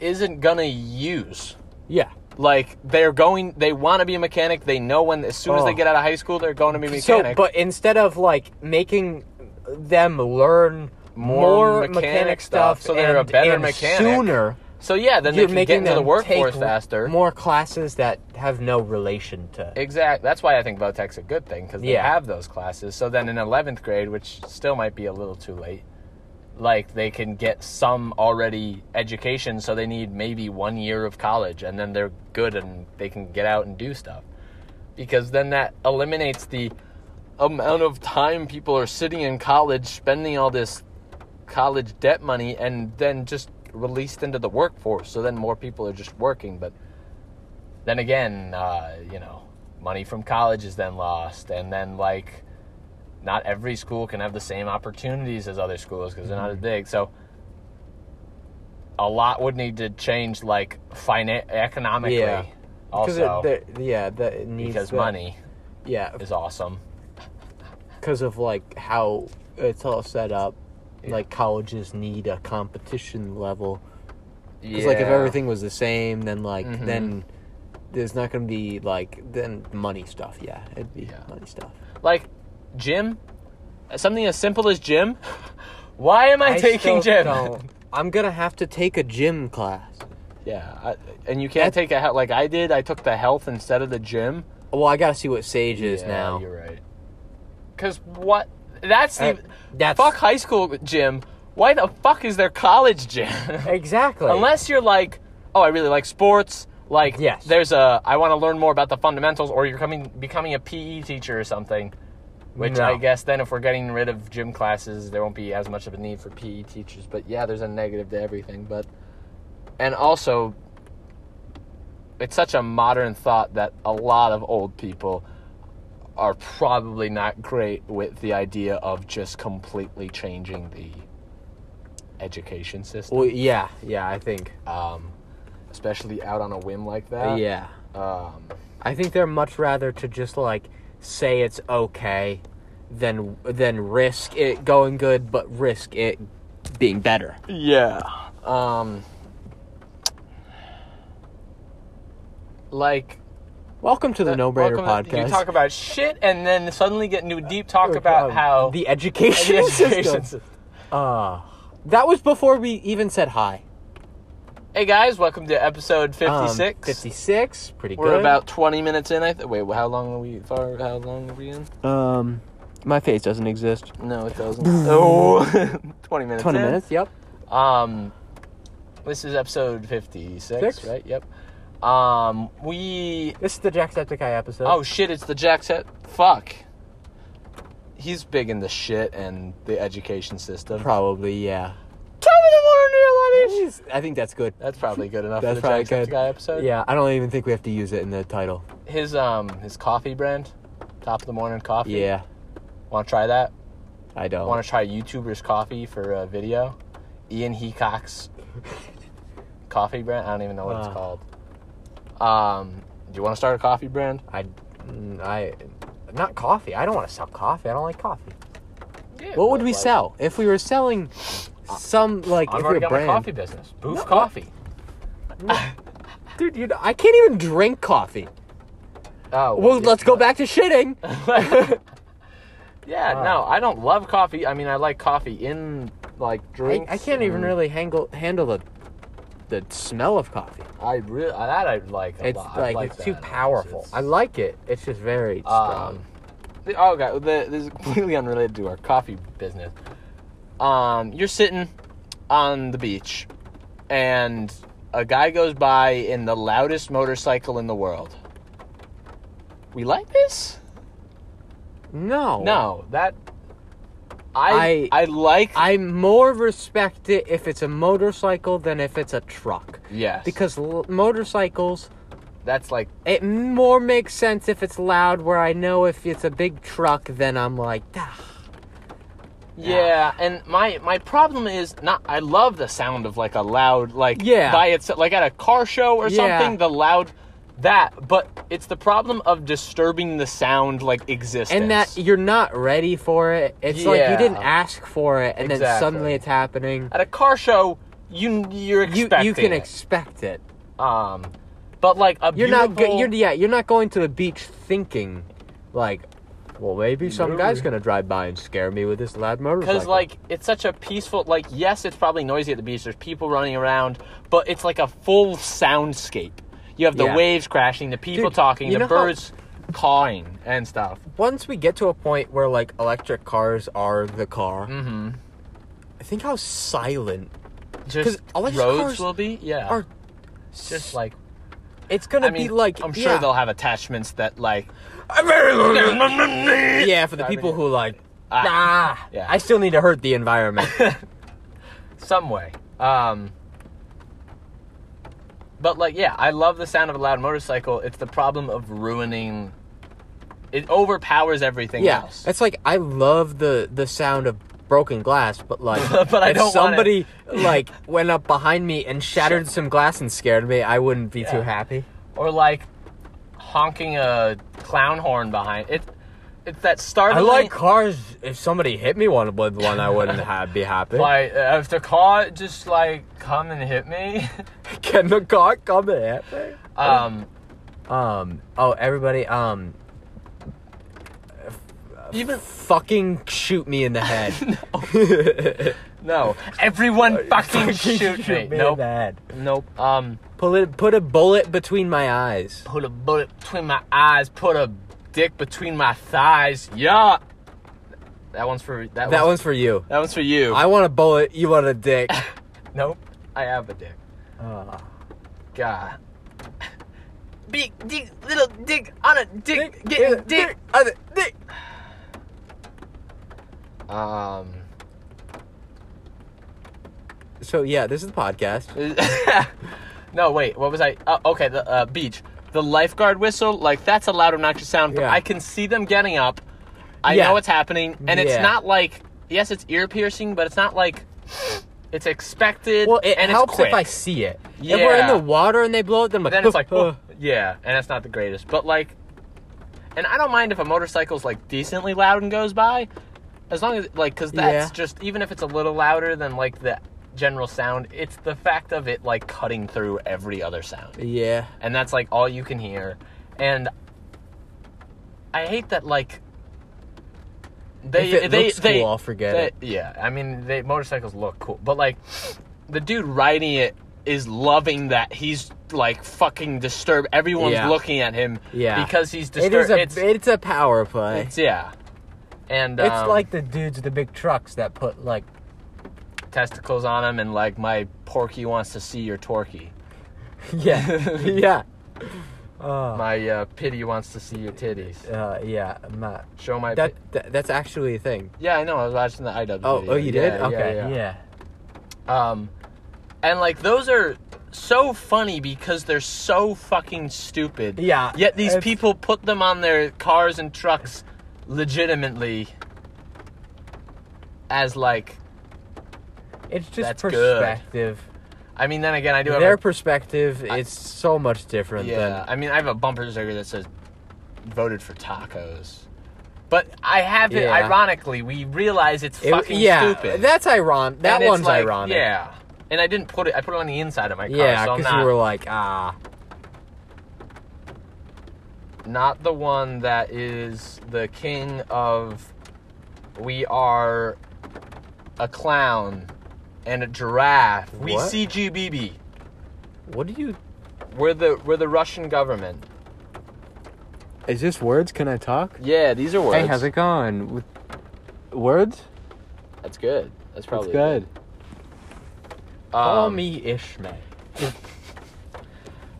Speaker 1: isn't gonna use.
Speaker 2: yeah
Speaker 1: Like they're going, they want to be a mechanic. They know when as soon as they
Speaker 2: Oh.
Speaker 1: get out of high school, they're going to be a
Speaker 2: so
Speaker 1: mechanic.
Speaker 2: but instead of like making them learn
Speaker 1: More
Speaker 2: more,
Speaker 1: mechanic
Speaker 2: mechanic,
Speaker 1: stuff
Speaker 2: stuff,
Speaker 1: so they're a
Speaker 2: and-
Speaker 1: better
Speaker 2: and
Speaker 1: mechanic.
Speaker 2: sooner
Speaker 1: so yeah, then they
Speaker 2: you're
Speaker 1: can get
Speaker 2: making
Speaker 1: into
Speaker 2: them
Speaker 1: the workforce
Speaker 2: take
Speaker 1: faster.
Speaker 2: more classes that have no relation to
Speaker 1: Exact. That's why I think Votech's a good thing because they
Speaker 2: Yeah.
Speaker 1: have those classes. So then in eleventh grade, which still might be a little too late, like they can get some already education. So they need maybe one year of college, and then they're good and they can get out and do stuff. Because then that eliminates the amount of time people are sitting in college, spending all this college debt money, and then just released into the workforce. So then more people are just working, but then again, uh, you know, money from college is then lost, and then like, not every school can have the same opportunities as other schools because they're not as
Speaker 2: Mm-hmm.
Speaker 1: big. So, a lot would need to change, like finan economically,
Speaker 2: Yeah. because
Speaker 1: also
Speaker 2: yeah that it needs
Speaker 1: because
Speaker 2: that-
Speaker 1: money
Speaker 2: yeah
Speaker 1: is awesome.
Speaker 2: because of like how it's all set up. Like colleges need a competition level because like if everything was the same, then like
Speaker 1: Mhm.
Speaker 2: then there's not gonna be like then money stuff. Yeah, it'd be
Speaker 1: Yeah.
Speaker 2: money stuff.
Speaker 1: like gym, something as simple as gym. Why am I, taking gym?
Speaker 2: I'm gonna have to take a gym class.
Speaker 1: Yeah, I, and you can't take a he- like I did. I took the health instead of the gym.
Speaker 2: Well, I gotta see what Sage is
Speaker 1: Yeah,
Speaker 2: now.
Speaker 1: You're right. Because what? That's the
Speaker 2: Uh, that's-
Speaker 1: fuck high school gym. Why the fuck is there college gym?
Speaker 2: Exactly.
Speaker 1: Unless you're like, oh, I really like sports. Like,
Speaker 2: Yes.
Speaker 1: there's a I want to learn more about the fundamentals, or you're coming becoming a PE teacher or something. Which
Speaker 2: No.
Speaker 1: I guess then, if we're getting rid of gym classes, there won't be as much of a need for PE teachers. But yeah, there's a negative to everything. But and also, it's such a modern thought that a lot of old people are probably not great with the idea of just completely changing the education system,
Speaker 2: well, yeah, yeah. I think.
Speaker 1: um, especially out on a whim like that.
Speaker 2: yeah.
Speaker 1: Um,
Speaker 2: I think they're much rather to just like say it's okay than than risk it going good but risk it being better.
Speaker 1: yeah. Um, Like uh,
Speaker 2: Welcome to the No Brainer
Speaker 1: welcome to-
Speaker 2: podcast.
Speaker 1: You talk about shit and then suddenly get into a deep talk about
Speaker 6: Um,
Speaker 1: how
Speaker 2: the education,
Speaker 1: the education
Speaker 2: system. Ah.
Speaker 6: Uh,
Speaker 1: system-
Speaker 2: That was before we even said hi.
Speaker 1: Hey guys, welcome to episode
Speaker 6: um,
Speaker 1: 56.
Speaker 6: 56. Pretty
Speaker 1: We're
Speaker 6: good.
Speaker 1: about 20 minutes in. I th- wait, how long are we far how long are we in?
Speaker 2: Um, my face doesn't exist.
Speaker 1: No, it doesn't. oh, 20 minutes.
Speaker 2: Twenty
Speaker 1: in.
Speaker 2: minutes. Yep.
Speaker 1: Um this is episode 56,
Speaker 2: Six?
Speaker 1: right? Yep. Um we
Speaker 6: This is the Jacksepticeye episode.
Speaker 1: Oh shit, it's the Jack set. Fuck. He's big in the shit and the education system.
Speaker 2: Probably. Yeah.
Speaker 1: Tell me the more neurologic.
Speaker 2: I think that's good.
Speaker 1: That's probably good enough
Speaker 2: That's
Speaker 1: for the
Speaker 2: probably
Speaker 1: Jacksepticeye
Speaker 2: good.
Speaker 1: episode.
Speaker 2: Yeah, I don't even think we have to use it in the title.
Speaker 1: His um his coffee brand, top of the morning coffee.
Speaker 2: Yeah,
Speaker 1: Want to try that?
Speaker 2: I don't.
Speaker 1: Want to try YouTuber's coffee for a video? Ian Heacock's coffee brand. I don't even know what it's
Speaker 6: Uh.
Speaker 1: called. Um, do you want to start a coffee brand?
Speaker 6: I, mm, I, not coffee. I don't want to sell coffee. I don't like coffee.
Speaker 1: Yeah,
Speaker 2: what would
Speaker 1: but,
Speaker 2: we
Speaker 1: like,
Speaker 2: sell if we were selling some like
Speaker 1: I've
Speaker 2: if we were
Speaker 1: already got
Speaker 2: brand?
Speaker 1: my coffee business, Booth Coffee.
Speaker 2: Dude, you I can't even drink coffee.
Speaker 1: Oh,
Speaker 2: Well,
Speaker 1: yeah.
Speaker 2: let's go back to shitting.
Speaker 1: Yeah, no, I don't love coffee. I mean, I like coffee in like
Speaker 2: I,
Speaker 1: drinks.
Speaker 2: I can't even
Speaker 1: and
Speaker 2: really handle handle the the smell of coffee.
Speaker 1: I really that I like. A
Speaker 2: It's
Speaker 1: lot. I
Speaker 2: like,
Speaker 1: like
Speaker 2: it's
Speaker 1: that.
Speaker 6: Too powerful.
Speaker 1: It's-
Speaker 6: I like it. It's just very strong.
Speaker 1: Um, the, oh god, the, this is completely unrelated to our coffee business. Um, you're sitting on the beach, and a guy goes by in the loudest motorcycle in the world. We like this?
Speaker 2: No,
Speaker 1: No, that I I, like.
Speaker 2: Oh. I more respect it if it's a motorcycle than if it's a truck
Speaker 1: yes,
Speaker 2: because l- motorcycles
Speaker 1: that's like
Speaker 2: It more makes sense if it's loud, where I know if it's a big truck, then I'm like, ah.
Speaker 1: Yeah, and my my problem is not. I love the sound of like a loud like
Speaker 2: Yeah.
Speaker 1: by itself, like at a car show or
Speaker 2: Yeah.
Speaker 1: something. The loud that, but it's the problem of disturbing the sound like existence.
Speaker 2: And that you're not ready for it. It's like
Speaker 1: Yeah.
Speaker 2: you didn't ask for it, and then
Speaker 1: Exactly.
Speaker 2: suddenly it's happening.
Speaker 1: at a car show, you you're
Speaker 2: You
Speaker 1: expecting
Speaker 2: you can
Speaker 1: it.
Speaker 2: expect it.
Speaker 1: um, but like a
Speaker 2: You're not go-
Speaker 1: beautiful-
Speaker 2: you're yeah you're not going to the beach thinking, like, well maybe some guy's gonna drive by and scare me with this loud motorcycle.
Speaker 1: because like it's such a peaceful like yes it's probably noisy at the beach there's people running around but it's like a full soundscape you have the
Speaker 2: Yeah.
Speaker 1: waves crashing the people
Speaker 2: Dude,
Speaker 1: talking
Speaker 2: you
Speaker 1: the
Speaker 2: know how-
Speaker 1: birds cawing and stuff
Speaker 2: once we get to a point where like electric cars are the car,
Speaker 1: mm-hmm
Speaker 2: I think how silent
Speaker 1: just
Speaker 2: 'Cause electric
Speaker 1: roads
Speaker 2: cars
Speaker 1: will be yeah
Speaker 2: are-
Speaker 1: just like
Speaker 2: it's gonna
Speaker 1: i mean
Speaker 2: be like.
Speaker 1: i'm sure
Speaker 2: yeah.
Speaker 1: they'll have attachments that like
Speaker 2: yeah, for the
Speaker 1: I
Speaker 2: people
Speaker 1: mean-
Speaker 2: who like,
Speaker 1: Ah,
Speaker 2: ah,
Speaker 1: yeah.
Speaker 2: I still need to hurt the environment.
Speaker 1: some way um but like yeah i love the sound of a loud motorcycle it's the problem of ruining it overpowers everything
Speaker 2: yeah,
Speaker 1: else
Speaker 2: it's like I love the the sound of broken glass, but like,
Speaker 1: But I
Speaker 2: if
Speaker 1: don't want
Speaker 2: somebody like went up behind me and shattered some glass and scared me, I wouldn't be
Speaker 1: Yeah.
Speaker 2: too happy.
Speaker 1: or like honking a clown horn behind it. It's that startling.
Speaker 2: I like cars. If somebody hit me one with one, I wouldn't have, be happy.
Speaker 1: like uh, if the car just like come and hit me.
Speaker 2: Can the car come and hit me?
Speaker 1: Um,
Speaker 2: Um. Oh, everybody. Um.
Speaker 1: even
Speaker 2: Fucking shoot me in the head.
Speaker 1: no, everyone fucking shoot me.
Speaker 2: in
Speaker 1: nope,
Speaker 2: the head.
Speaker 1: nope. Um,
Speaker 2: Pull it, put a bullet between my eyes.
Speaker 1: put a bullet between my eyes. Put a dick between my thighs. Yeah, that one's for that.
Speaker 2: That
Speaker 1: one's,
Speaker 2: one's for you.
Speaker 1: that one's for you.
Speaker 2: I want a bullet. You want a dick.
Speaker 1: nope, I have a dick.
Speaker 2: Uh,
Speaker 1: God. Big dick, little dick on a dick,
Speaker 2: dick,
Speaker 1: getting
Speaker 2: yeah,
Speaker 1: dick.
Speaker 2: other dick.
Speaker 1: Um.
Speaker 2: So yeah, this is the podcast.
Speaker 1: no, wait. What was I? Uh, okay, the uh, beach. The lifeguard whistle, like that's a loud, obnoxious sound. But
Speaker 2: Yeah.
Speaker 1: I can see them getting up. I
Speaker 2: Yeah.
Speaker 1: know what's happening, and it's
Speaker 2: Yeah.
Speaker 1: not like yes, it's ear piercing, but it's not like it's expected.
Speaker 2: Well, it
Speaker 1: and
Speaker 2: helps
Speaker 1: it's quick.
Speaker 2: if I see it. If we're in
Speaker 1: Yeah.
Speaker 2: the water and they blow it, then, I'm like,
Speaker 1: Then it's like,
Speaker 2: "Huh, huh."
Speaker 1: yeah, and that's not the greatest. But like, and I don't mind if a motorcycle's like decently loud and goes by, as long as like, cause that's
Speaker 2: Yeah.
Speaker 1: just even if it's a little louder than like the general sound. It's the fact of it like cutting through every other sound.
Speaker 7: Yeah.
Speaker 1: And that's like all you can hear. And I hate that like they
Speaker 2: if it
Speaker 1: they
Speaker 2: looks
Speaker 1: they
Speaker 2: cool, I'll forget
Speaker 1: they-
Speaker 2: it.
Speaker 1: yeah, I mean, they motorcycles look cool, but like the dude riding it is loving that he's like fucking disturbed. Everyone's
Speaker 2: Yeah.
Speaker 1: looking at him
Speaker 2: Yeah.
Speaker 1: because he's
Speaker 2: It is
Speaker 1: disturbed.
Speaker 2: a
Speaker 1: It's,
Speaker 2: it's, a power play.
Speaker 1: it's- yeah, and
Speaker 2: It's
Speaker 1: um,
Speaker 2: like the dudes with the big trucks that put like
Speaker 1: testicles on him, and like my porky wants to see your torky,
Speaker 2: yeah yeah uh,
Speaker 1: my uh, pity wants to see your titties.
Speaker 2: uh, yeah my,
Speaker 1: Show my
Speaker 2: that,
Speaker 1: pi-
Speaker 2: that that's actually a thing.
Speaker 1: yeah, I know. I was watching the IW.
Speaker 2: Oh
Speaker 1: video.
Speaker 2: oh you did
Speaker 1: Yeah, yeah,
Speaker 2: okay
Speaker 1: yeah.
Speaker 2: yeah.
Speaker 1: Um, and like those are so funny because they're so fucking stupid.
Speaker 2: Yeah,
Speaker 1: Yet these
Speaker 2: it's-
Speaker 1: people put them on their cars and trucks legitimately as like
Speaker 2: It's just
Speaker 1: That's good.
Speaker 2: perspective.
Speaker 1: I mean then again I do have
Speaker 2: Their
Speaker 1: a,
Speaker 2: perspective it's so much different
Speaker 1: yeah, I mean I have a bumper sticker that says voted for tacos. But I have it
Speaker 2: Yeah.
Speaker 1: ironically, we realize it's
Speaker 2: than it,
Speaker 1: fucking
Speaker 2: yeah.
Speaker 1: stupid.
Speaker 2: That's ironic. That
Speaker 1: And it's
Speaker 2: one's
Speaker 1: like,
Speaker 2: ironic.
Speaker 1: Yeah. And I didn't put it I put it on the inside of my car,
Speaker 2: yeah,
Speaker 1: so I'm
Speaker 2: because
Speaker 1: not
Speaker 2: you were like ah
Speaker 1: not the one that is the king of we are a clown and a giraffe. We
Speaker 2: What?
Speaker 1: CGBB.
Speaker 2: what do you
Speaker 1: We're the we're the Russian government.
Speaker 7: Is this words? Can I talk?
Speaker 1: Yeah, these are words.
Speaker 7: Hey, how's it going? With words?
Speaker 1: That's good. That's probably
Speaker 7: That's good.
Speaker 2: call
Speaker 1: Um,
Speaker 2: me Ishmael?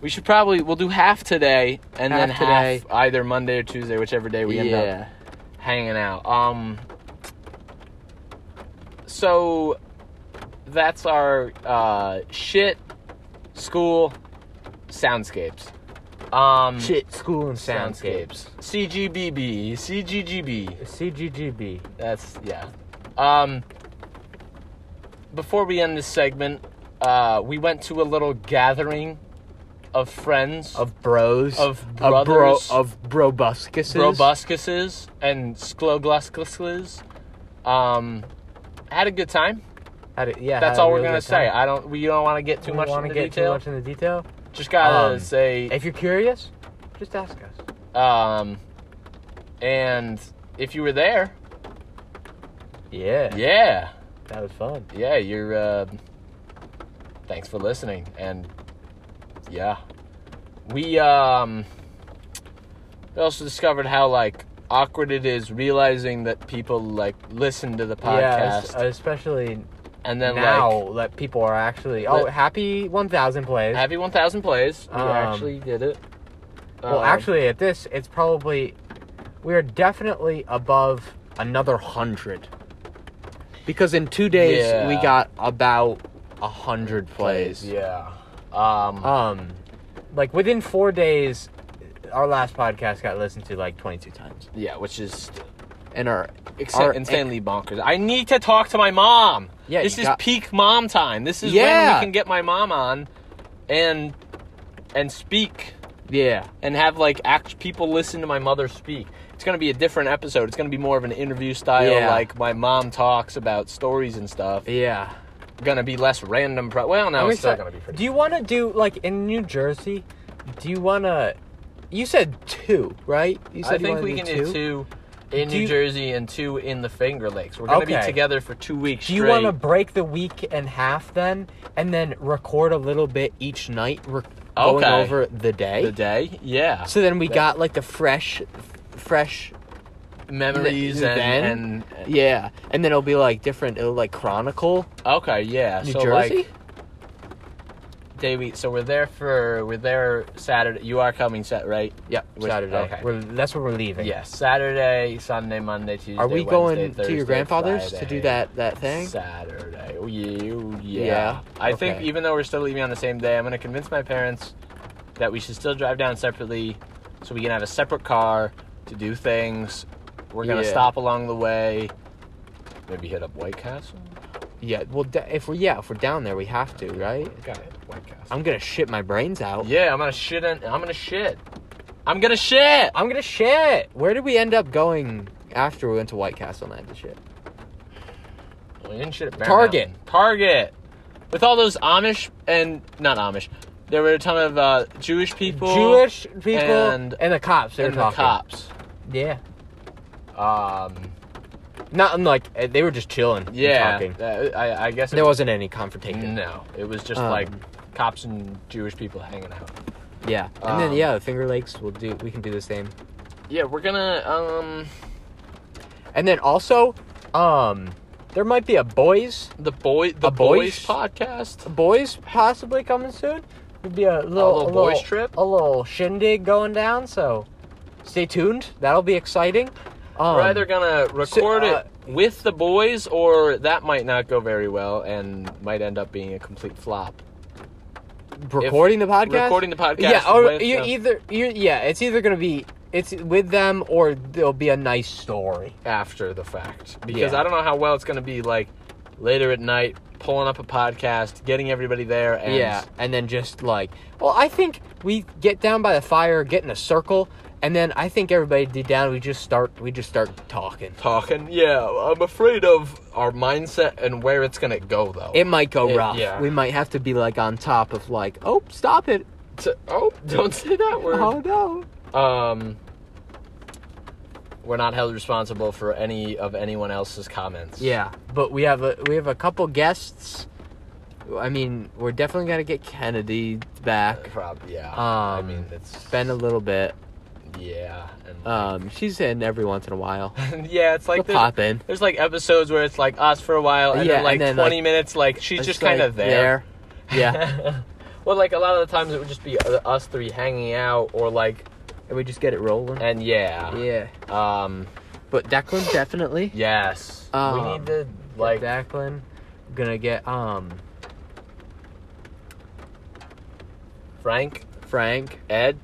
Speaker 1: We should probably we'll do half today and then
Speaker 7: Half today.
Speaker 1: half either Monday or Tuesday, whichever day we end up
Speaker 7: yeah.
Speaker 1: hanging out. Um so that's our uh shit school soundscapes. Um
Speaker 2: Shit, school and
Speaker 1: soundscapes. CGBB, CGGB.
Speaker 2: CGGB.
Speaker 1: That's yeah. Um before we end this segment, uh we went to a little gathering of friends
Speaker 7: Of bros.
Speaker 1: Of
Speaker 7: Of bro.
Speaker 1: brothers.
Speaker 7: Of brobuscuses.
Speaker 1: Robuscuses and Sklogluscuses. Um, had a good time.
Speaker 2: How do, yeah,
Speaker 1: That's
Speaker 2: how
Speaker 1: all
Speaker 2: do
Speaker 1: we're
Speaker 2: we
Speaker 1: gonna
Speaker 2: get
Speaker 1: say.
Speaker 2: time?
Speaker 1: I don't. We don't want to get too
Speaker 2: We
Speaker 1: much
Speaker 2: wanna
Speaker 1: into
Speaker 2: get
Speaker 1: detail.
Speaker 2: too much into detail.
Speaker 1: Just gotta
Speaker 2: Um,
Speaker 1: say.
Speaker 2: If you're curious, just ask us.
Speaker 1: Um, and if you were there,
Speaker 2: Yeah,
Speaker 1: yeah,
Speaker 2: that was fun.
Speaker 1: yeah, you're. Uh, thanks for listening, and yeah, we um. We also discovered how like awkward it is realizing that people like listen to the
Speaker 2: Yeah,
Speaker 1: podcast
Speaker 2: es- especially
Speaker 1: and then
Speaker 2: now
Speaker 1: like
Speaker 2: that people are actually oh
Speaker 1: Let-
Speaker 2: happy 1,000 plays.
Speaker 1: Happy 1,000 plays.
Speaker 2: Um,
Speaker 1: did it.
Speaker 2: well,
Speaker 1: Um,
Speaker 2: actually, at this, it's probably we are definitely above another hundred
Speaker 7: Because in two days we
Speaker 1: Yeah.
Speaker 7: got about a hundred plays.
Speaker 1: Yeah. Um,
Speaker 2: Um, like within four days, our last podcast got listened to like 22 times.
Speaker 1: yeah, which is
Speaker 7: And our
Speaker 1: except,
Speaker 7: Our-
Speaker 1: insanely bonkers. I need to talk to my mom.
Speaker 7: Yeah,
Speaker 1: This
Speaker 7: you
Speaker 1: is
Speaker 7: got-
Speaker 1: peak mom time. This is when
Speaker 7: Yeah.
Speaker 1: we can get my mom on and and speak
Speaker 7: yeah.
Speaker 1: and have like act people listen to my mother speak. It's gonna be a different episode. It's gonna be more of an interview style,
Speaker 7: Yeah.
Speaker 1: like my mom talks about stories and stuff.
Speaker 7: Yeah.
Speaker 1: Gonna be less random. Pro- well, no,
Speaker 2: I'm
Speaker 1: it's still
Speaker 2: exci-
Speaker 1: gonna be pretty.
Speaker 2: Do you want to do like in New Jersey? Do you want to? You said two, right? You said
Speaker 1: I
Speaker 2: you
Speaker 1: think
Speaker 2: wanna
Speaker 1: we can do two in
Speaker 2: Do
Speaker 1: New
Speaker 2: you-
Speaker 1: Jersey and two in the Finger Lakes. We're gonna be
Speaker 2: Okay.
Speaker 1: together for two weeks.
Speaker 2: Do you
Speaker 1: straight.
Speaker 2: want to break the week in half then, and then record a little bit each night, rec- going
Speaker 1: Okay.
Speaker 2: over the day?
Speaker 1: the day? Yeah,
Speaker 2: So then we got like the fresh, fresh,
Speaker 1: memories
Speaker 2: th-
Speaker 1: and,
Speaker 2: then?
Speaker 1: and,
Speaker 2: yeah, and then it'll be like different. It'll like chronicle
Speaker 1: okay, yeah.
Speaker 2: New
Speaker 1: so
Speaker 2: Jersey.
Speaker 1: like day week. So we're there for we're there Saturday. You are coming set right?
Speaker 2: yep,
Speaker 1: Which-
Speaker 2: Saturday.
Speaker 1: okay.
Speaker 2: We're, that's where we're leaving.
Speaker 1: Yes, Saturday, Sunday, Monday, Tuesday.
Speaker 2: Are we
Speaker 1: Wednesday,
Speaker 2: going to
Speaker 1: Thursday,
Speaker 2: your grandfather's to
Speaker 1: Friday,
Speaker 2: do that that thing?
Speaker 1: Saturday. Oh, yeah, oh, yeah.
Speaker 2: Yeah,
Speaker 1: I think
Speaker 2: okay.
Speaker 1: even though we're still leaving on the same day, I'm going to convince my parents that we should still drive down separately so we can have a separate car to do things. We're going to
Speaker 7: Yeah.
Speaker 1: stop along the way. Maybe hit up White Castle?
Speaker 2: Yeah. Well, da- if we're yeah, if we're down there, we have to, right?
Speaker 1: Got it. White Castle.
Speaker 2: I'm gonna shit my brains out.
Speaker 1: yeah, I'm going to shit. In, I'm going to shit. I'm going to shit.
Speaker 2: I'm gonna shit. Where did we end up going after we went to White Castle and had to shit?
Speaker 1: We didn't shit at Bear
Speaker 2: Target.
Speaker 1: Mountain. Target. with all those Amish and not Amish, there were a ton of uh, Jewish people,
Speaker 2: Jewish people
Speaker 1: and-
Speaker 2: and, the cops. They're
Speaker 1: and the
Speaker 2: talking.
Speaker 1: cops.
Speaker 2: Yeah. Um, not I'm like eh, they were just chilling. and
Speaker 1: Yeah,
Speaker 2: talking.
Speaker 1: uh, I, I guess it
Speaker 2: There wasn't any confrontation.
Speaker 1: No, it was just
Speaker 2: Um,
Speaker 1: like cops and Jewish people hanging out.
Speaker 2: Yeah. And then
Speaker 1: Um,
Speaker 2: yeah, the Finger Lakes will do. We can do the same.
Speaker 1: Yeah, we're gonna um
Speaker 2: And then also, um, there might be a boys
Speaker 1: the boy the
Speaker 2: A
Speaker 1: boys?
Speaker 2: boys?
Speaker 1: podcast.
Speaker 2: boys possibly coming soon. Would be a little,
Speaker 1: little boys trip?
Speaker 2: a little shindig going down. So stay tuned. That'll be exciting. Um,
Speaker 1: we're either gonna record
Speaker 2: uh,
Speaker 1: it with the boys, or that might not go very well and might end up being a complete flop.
Speaker 2: recording the podcast.
Speaker 1: Recording the podcast.
Speaker 2: Yeah, or
Speaker 1: with
Speaker 2: you
Speaker 1: the-
Speaker 2: either you yeah, it's either gonna be it's with them or there'll be a nice story.
Speaker 1: after the fact because
Speaker 2: Yeah.
Speaker 1: I don't know how well it's gonna be like later at night pulling up a podcast, getting everybody there, and
Speaker 2: yeah, and then just like, well, I think we get down by the fire, get in a circle, and then I think everybody'd be down. We just start we just start talking.
Speaker 1: talking. Yeah, I'm afraid of our mindset and where it's gonna go though.
Speaker 2: It might go
Speaker 1: It-
Speaker 2: rough.
Speaker 1: yeah.
Speaker 2: We might have to be like on top of like, oh, stop it!
Speaker 1: T- oh, don't say that word.
Speaker 2: Oh no!
Speaker 1: Um, we're not held responsible for any of anyone else's comments.
Speaker 2: Yeah, but we have a we have a couple guests. I mean, we're definitely gonna get Kennedy back.
Speaker 1: Prob- yeah. I
Speaker 2: Um,
Speaker 1: mean, it's
Speaker 2: Been a little bit.
Speaker 1: yeah, and,
Speaker 2: Um, she's in every once in a while.
Speaker 1: yeah. It's like
Speaker 2: She'll
Speaker 1: there's,
Speaker 2: pop in.
Speaker 1: there's like episodes where it's like us for a while, and
Speaker 2: Yeah,
Speaker 1: then like
Speaker 2: and then,
Speaker 1: 20
Speaker 2: like,
Speaker 1: minutes, like she's
Speaker 2: It's
Speaker 1: just kind of
Speaker 2: like
Speaker 1: there.
Speaker 2: there. Yeah.
Speaker 1: well, like a lot of the times it would just be uh, us three hanging out, or like,
Speaker 2: and we just get it rolling.
Speaker 1: and yeah,
Speaker 2: Yeah.
Speaker 1: um,
Speaker 2: But Declan definitely.
Speaker 1: yes, we
Speaker 2: Um,
Speaker 1: need to like
Speaker 2: Declan. Gonna get um
Speaker 1: Frank,
Speaker 2: Frank.
Speaker 1: Ed.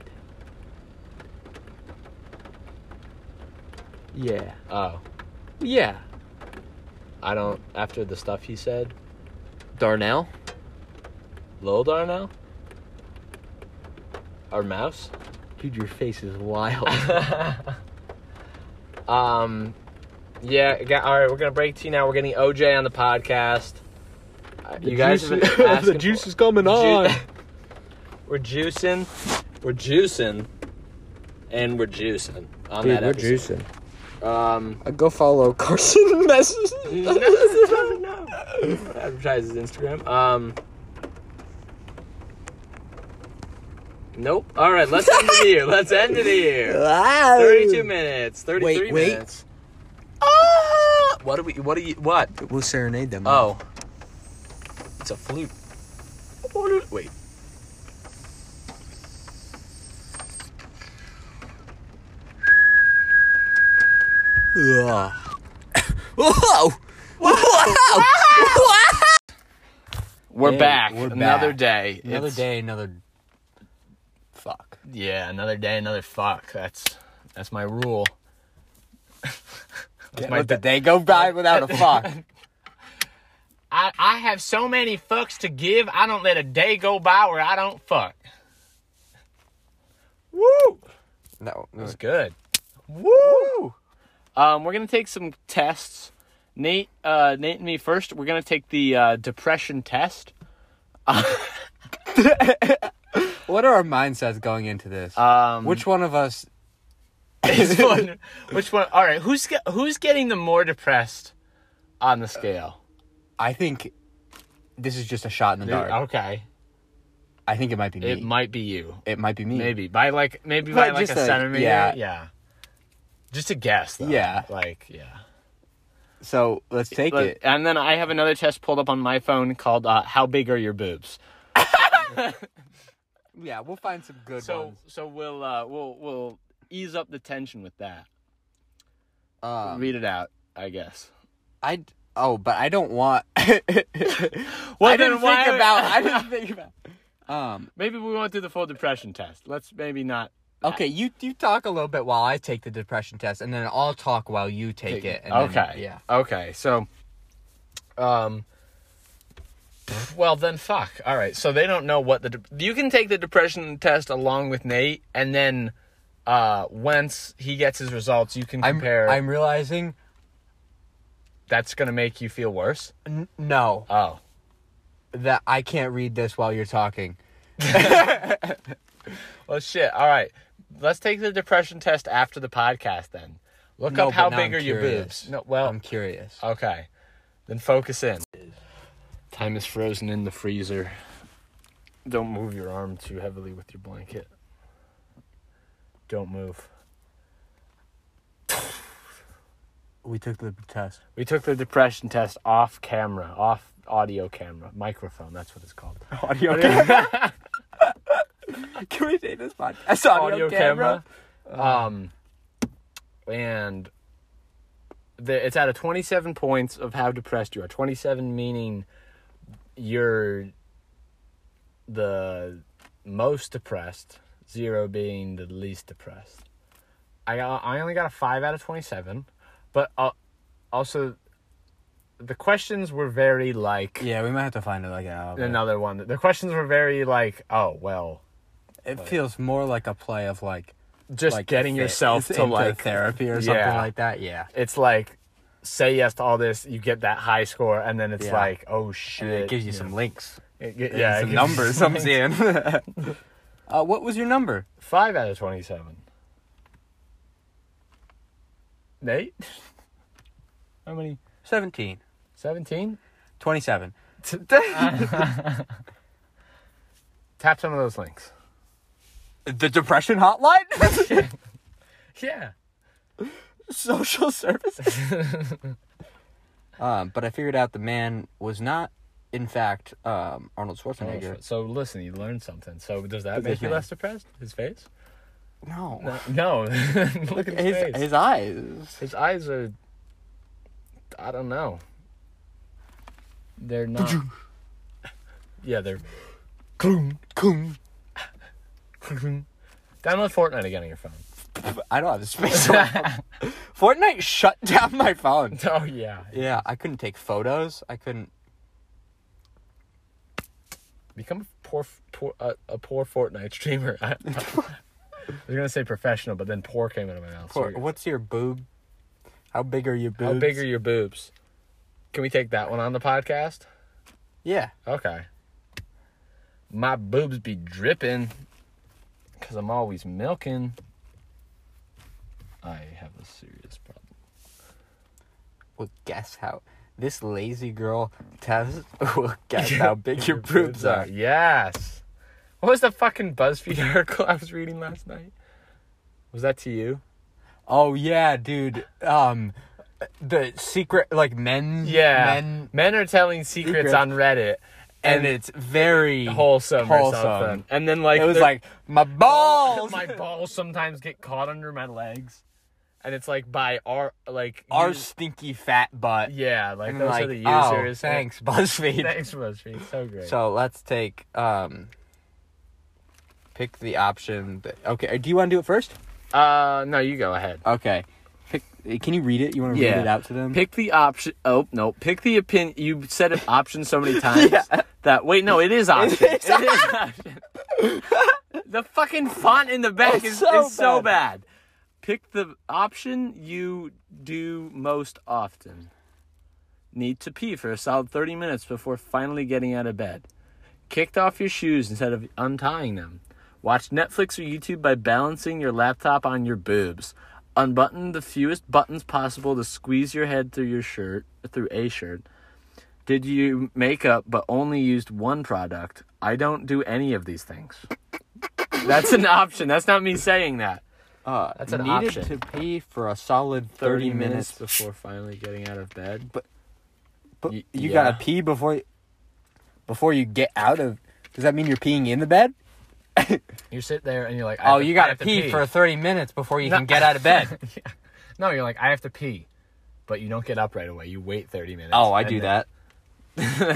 Speaker 2: Yeah.
Speaker 1: Oh,
Speaker 2: Yeah.
Speaker 1: I don't. After the stuff he said,
Speaker 2: Darnell.
Speaker 1: Lil Darnell? Or Mouse?
Speaker 2: Dude, your face is wild.
Speaker 1: um, yeah, ga- all right, we're going to break tea now. We're getting OJ on the podcast. Uh, you guys have been asking
Speaker 8: the
Speaker 1: for-
Speaker 8: juice is coming
Speaker 1: Ju-
Speaker 8: on.
Speaker 1: we're juicing. We're juicing. And we're juicing on that episode. Um,
Speaker 2: Uh, Go follow Carson Messes.
Speaker 1: no. Advertise his Instagram. Um, nope. All right, let's end it here. Let's end it here. 32 minutes. 33
Speaker 2: Wait, wait.
Speaker 1: minutes. What do we what do you what?
Speaker 2: We'll serenade them.
Speaker 1: Oh. It's a flute. Wait.
Speaker 2: Whoa! Wow!
Speaker 1: We're
Speaker 8: Hey,
Speaker 1: back.
Speaker 8: we're
Speaker 1: another
Speaker 8: back.
Speaker 1: day.
Speaker 2: Another
Speaker 1: It's-
Speaker 2: day, another fuck.
Speaker 1: Yeah, another day, another fuck. That's that's my rule. that's my
Speaker 8: the day go by without a fuck.
Speaker 1: I, I have so many fucks to give, I don't let a day go by where I don't fuck. Woo!
Speaker 2: No,
Speaker 1: That was good.
Speaker 2: Woo!
Speaker 1: Um, we're gonna take some tests. Nate, uh, Nate and me first. We're gonna take the uh, depression test.
Speaker 8: what are our mindsets going into this?
Speaker 1: Um,
Speaker 8: Which one of us?
Speaker 1: Which one? Which one? All right. Who's ge- who's getting the more depressed on the scale?
Speaker 8: I think this is just a shot
Speaker 1: Uh,
Speaker 8: in the dark.
Speaker 1: Okay.
Speaker 8: I think it might be me.
Speaker 1: It might be you.
Speaker 8: It might be me.
Speaker 1: Maybe by like maybe by
Speaker 8: But
Speaker 1: like
Speaker 8: just
Speaker 1: a
Speaker 8: like-
Speaker 1: centimeter.
Speaker 8: yeah.
Speaker 1: Yeah. Just a guess. Though.
Speaker 8: Yeah.
Speaker 1: Like yeah.
Speaker 8: So let's take
Speaker 1: But-
Speaker 8: it.
Speaker 1: And then I have another test pulled up on my phone called uh, "How big are your boobs?"
Speaker 8: Yeah, we'll find some good
Speaker 1: So
Speaker 8: ones.
Speaker 1: so we'll uh, we'll we'll ease up the tension with that.
Speaker 8: Um,
Speaker 1: Read it out, I guess.
Speaker 8: I oh, but I don't want. I
Speaker 1: Well,
Speaker 8: didn't
Speaker 1: then why-
Speaker 8: think about. I didn't think about. Um.
Speaker 1: Maybe we won't do the full depression test. Let's maybe not.
Speaker 8: Okay, you you talk a little bit while I take the depression test, and then I'll talk while you take it. And then-
Speaker 1: okay.
Speaker 8: yeah.
Speaker 1: Okay. So, um. Well then, fuck. All right. So they don't know what the de- you can take the depression test along with Nate, and then, uh, once he gets his results, you can
Speaker 8: I'm
Speaker 1: compare.
Speaker 8: I'm realizing.
Speaker 1: That's gonna make you feel worse.
Speaker 8: N- no,
Speaker 1: Oh.
Speaker 2: that I can't read this while you're talking.
Speaker 1: Well, shit. All right. Let's take the depression test after the podcast then. Look
Speaker 2: No,
Speaker 1: up how
Speaker 2: but now
Speaker 1: big
Speaker 2: I'm
Speaker 1: are your
Speaker 2: curious.
Speaker 1: boobs. No, well, uh,
Speaker 2: I'm curious.
Speaker 1: okay. Then focus in. Time is frozen in the freezer. Don't move your arm too heavily with your blanket. Don't move.
Speaker 2: We took the test.
Speaker 1: We took the depression test off camera, off audio camera, microphone. That's what it's called.
Speaker 2: Audio camera. Can we say this podcast? Audio, camera. Uh-huh.
Speaker 1: Um, and the, it's out of 27 points of how depressed you are. 27 meaning you're the most depressed, zero being the least depressed. I, got, I only got a 5 out of 27, but uh, also the questions were very like.
Speaker 2: Yeah, we might have to find it like an album.
Speaker 1: Another one. The questions were very like, oh well,
Speaker 2: It feels more like a play of like
Speaker 1: just
Speaker 2: like
Speaker 1: getting
Speaker 2: the-
Speaker 1: yourself
Speaker 2: it's
Speaker 1: to
Speaker 2: into
Speaker 1: like
Speaker 2: therapy or something
Speaker 1: Yeah.
Speaker 2: like that. Yeah.
Speaker 1: it's like say yes to all this, you get that high score, and then it's
Speaker 2: Yeah.
Speaker 1: like, oh shit,
Speaker 2: it gives you some links.
Speaker 1: It gi-
Speaker 2: and
Speaker 1: yeah, it
Speaker 2: some
Speaker 1: gives you
Speaker 2: numbers.
Speaker 1: some-
Speaker 2: I'm seeing. uh, what was your number?
Speaker 1: Five out of twenty-seven. Nate, how many?
Speaker 2: 17.
Speaker 1: Seventeen.
Speaker 2: 27.
Speaker 1: Tap some of those links.
Speaker 2: the depression hotline?
Speaker 1: Yeah.
Speaker 2: Social services. um, but I figured out the man was not, in fact, um, Arnold Schwarzenegger.
Speaker 1: So listen, you learned something. So does that
Speaker 2: Look at
Speaker 1: make
Speaker 2: his
Speaker 1: you
Speaker 2: name.
Speaker 1: less depressed? His face?
Speaker 2: No.
Speaker 1: No. Look at his,
Speaker 2: His,
Speaker 1: face.
Speaker 2: his eyes.
Speaker 1: His eyes are. I don't know. They're not. yeah, they're.
Speaker 2: Coom, coom.
Speaker 1: Download Fortnite again on your phone.
Speaker 2: I don't have the space. on my phone. Fortnite shut down my phone.
Speaker 1: Oh yeah.
Speaker 2: Yeah, I couldn't take photos. I couldn't.
Speaker 1: Become a poor, poor uh, a poor Fortnite streamer. I, was gonna say professional, but then poor came out of my mouth. so
Speaker 2: Poor-
Speaker 1: you're-
Speaker 2: what's your boob? How big are your boobs?
Speaker 1: How big are your boobs? Can we take that one on the podcast?
Speaker 2: Yeah.
Speaker 1: Okay. My boobs be dripping because I'm always milking. I have a serious problem.
Speaker 2: Well, guess how. This lazy girl test will guess how big your boobs are.
Speaker 1: Yes. What was the fucking BuzzFeed article I was reading last night? Was that to you?
Speaker 2: Oh yeah, dude. Um, the secret like men.
Speaker 1: Yeah.
Speaker 2: Men.
Speaker 1: Men, are telling secrets,
Speaker 2: Secrets.
Speaker 1: on Reddit
Speaker 2: And
Speaker 1: and,
Speaker 2: it's very
Speaker 1: it's wholesome,
Speaker 2: wholesome.
Speaker 1: or something. And then like
Speaker 2: it was
Speaker 1: they're-
Speaker 2: like my balls.
Speaker 1: my balls sometimes get caught under my legs. And it's like by our like
Speaker 2: our
Speaker 1: you-
Speaker 2: stinky fat butt.
Speaker 1: Yeah, like
Speaker 2: And
Speaker 1: those
Speaker 2: like,
Speaker 1: are the
Speaker 2: oh,
Speaker 1: users.
Speaker 2: thanks BuzzFeed.
Speaker 1: Thanks, BuzzFeed. So great.
Speaker 2: So let's take um. Pick the option. That, okay, do you want to do it first?
Speaker 1: uh, no, you go ahead.
Speaker 2: Okay. Pick. eh, Can you read it? You want to
Speaker 1: Yeah.
Speaker 2: read it out to them?
Speaker 1: Pick the option. Oh no! Pick the opinion. You said it option so many times that wait, no, it is option. it is option. the fucking font in the back
Speaker 2: It's
Speaker 1: is
Speaker 2: so
Speaker 1: is so bad. Pick the option you do most often. Need to pee for a solid thirty minutes before finally getting out of bed. Kicked off your shoes instead of untying them. Watch Netflix or YouTube by balancing your laptop on your boobs. Unbutton the fewest buttons possible to squeeze your head through your shirt, through a shirt. Did you makeup but only used one product? I don't do any of these things. That's an option. That's not me saying that.
Speaker 2: Uh,
Speaker 1: That's an
Speaker 2: needed
Speaker 1: option.
Speaker 2: to pee for a solid 30, minutes.
Speaker 1: before finally getting out of bed.
Speaker 2: But
Speaker 1: Y-
Speaker 2: you
Speaker 1: yeah.
Speaker 2: gotta pee before before you get out of. Does that mean you're peeing in the bed?
Speaker 1: You sit there and you're like, I
Speaker 2: Oh,
Speaker 1: have to-
Speaker 2: you
Speaker 1: I
Speaker 2: gotta
Speaker 1: have to
Speaker 2: pee, for 30 minutes before you
Speaker 1: No.
Speaker 2: can get out of bed.
Speaker 1: No, you're like, I have to pee, but you don't get up right away. You wait thirty minutes.
Speaker 2: oh, I
Speaker 1: and
Speaker 2: do
Speaker 1: then-
Speaker 2: that.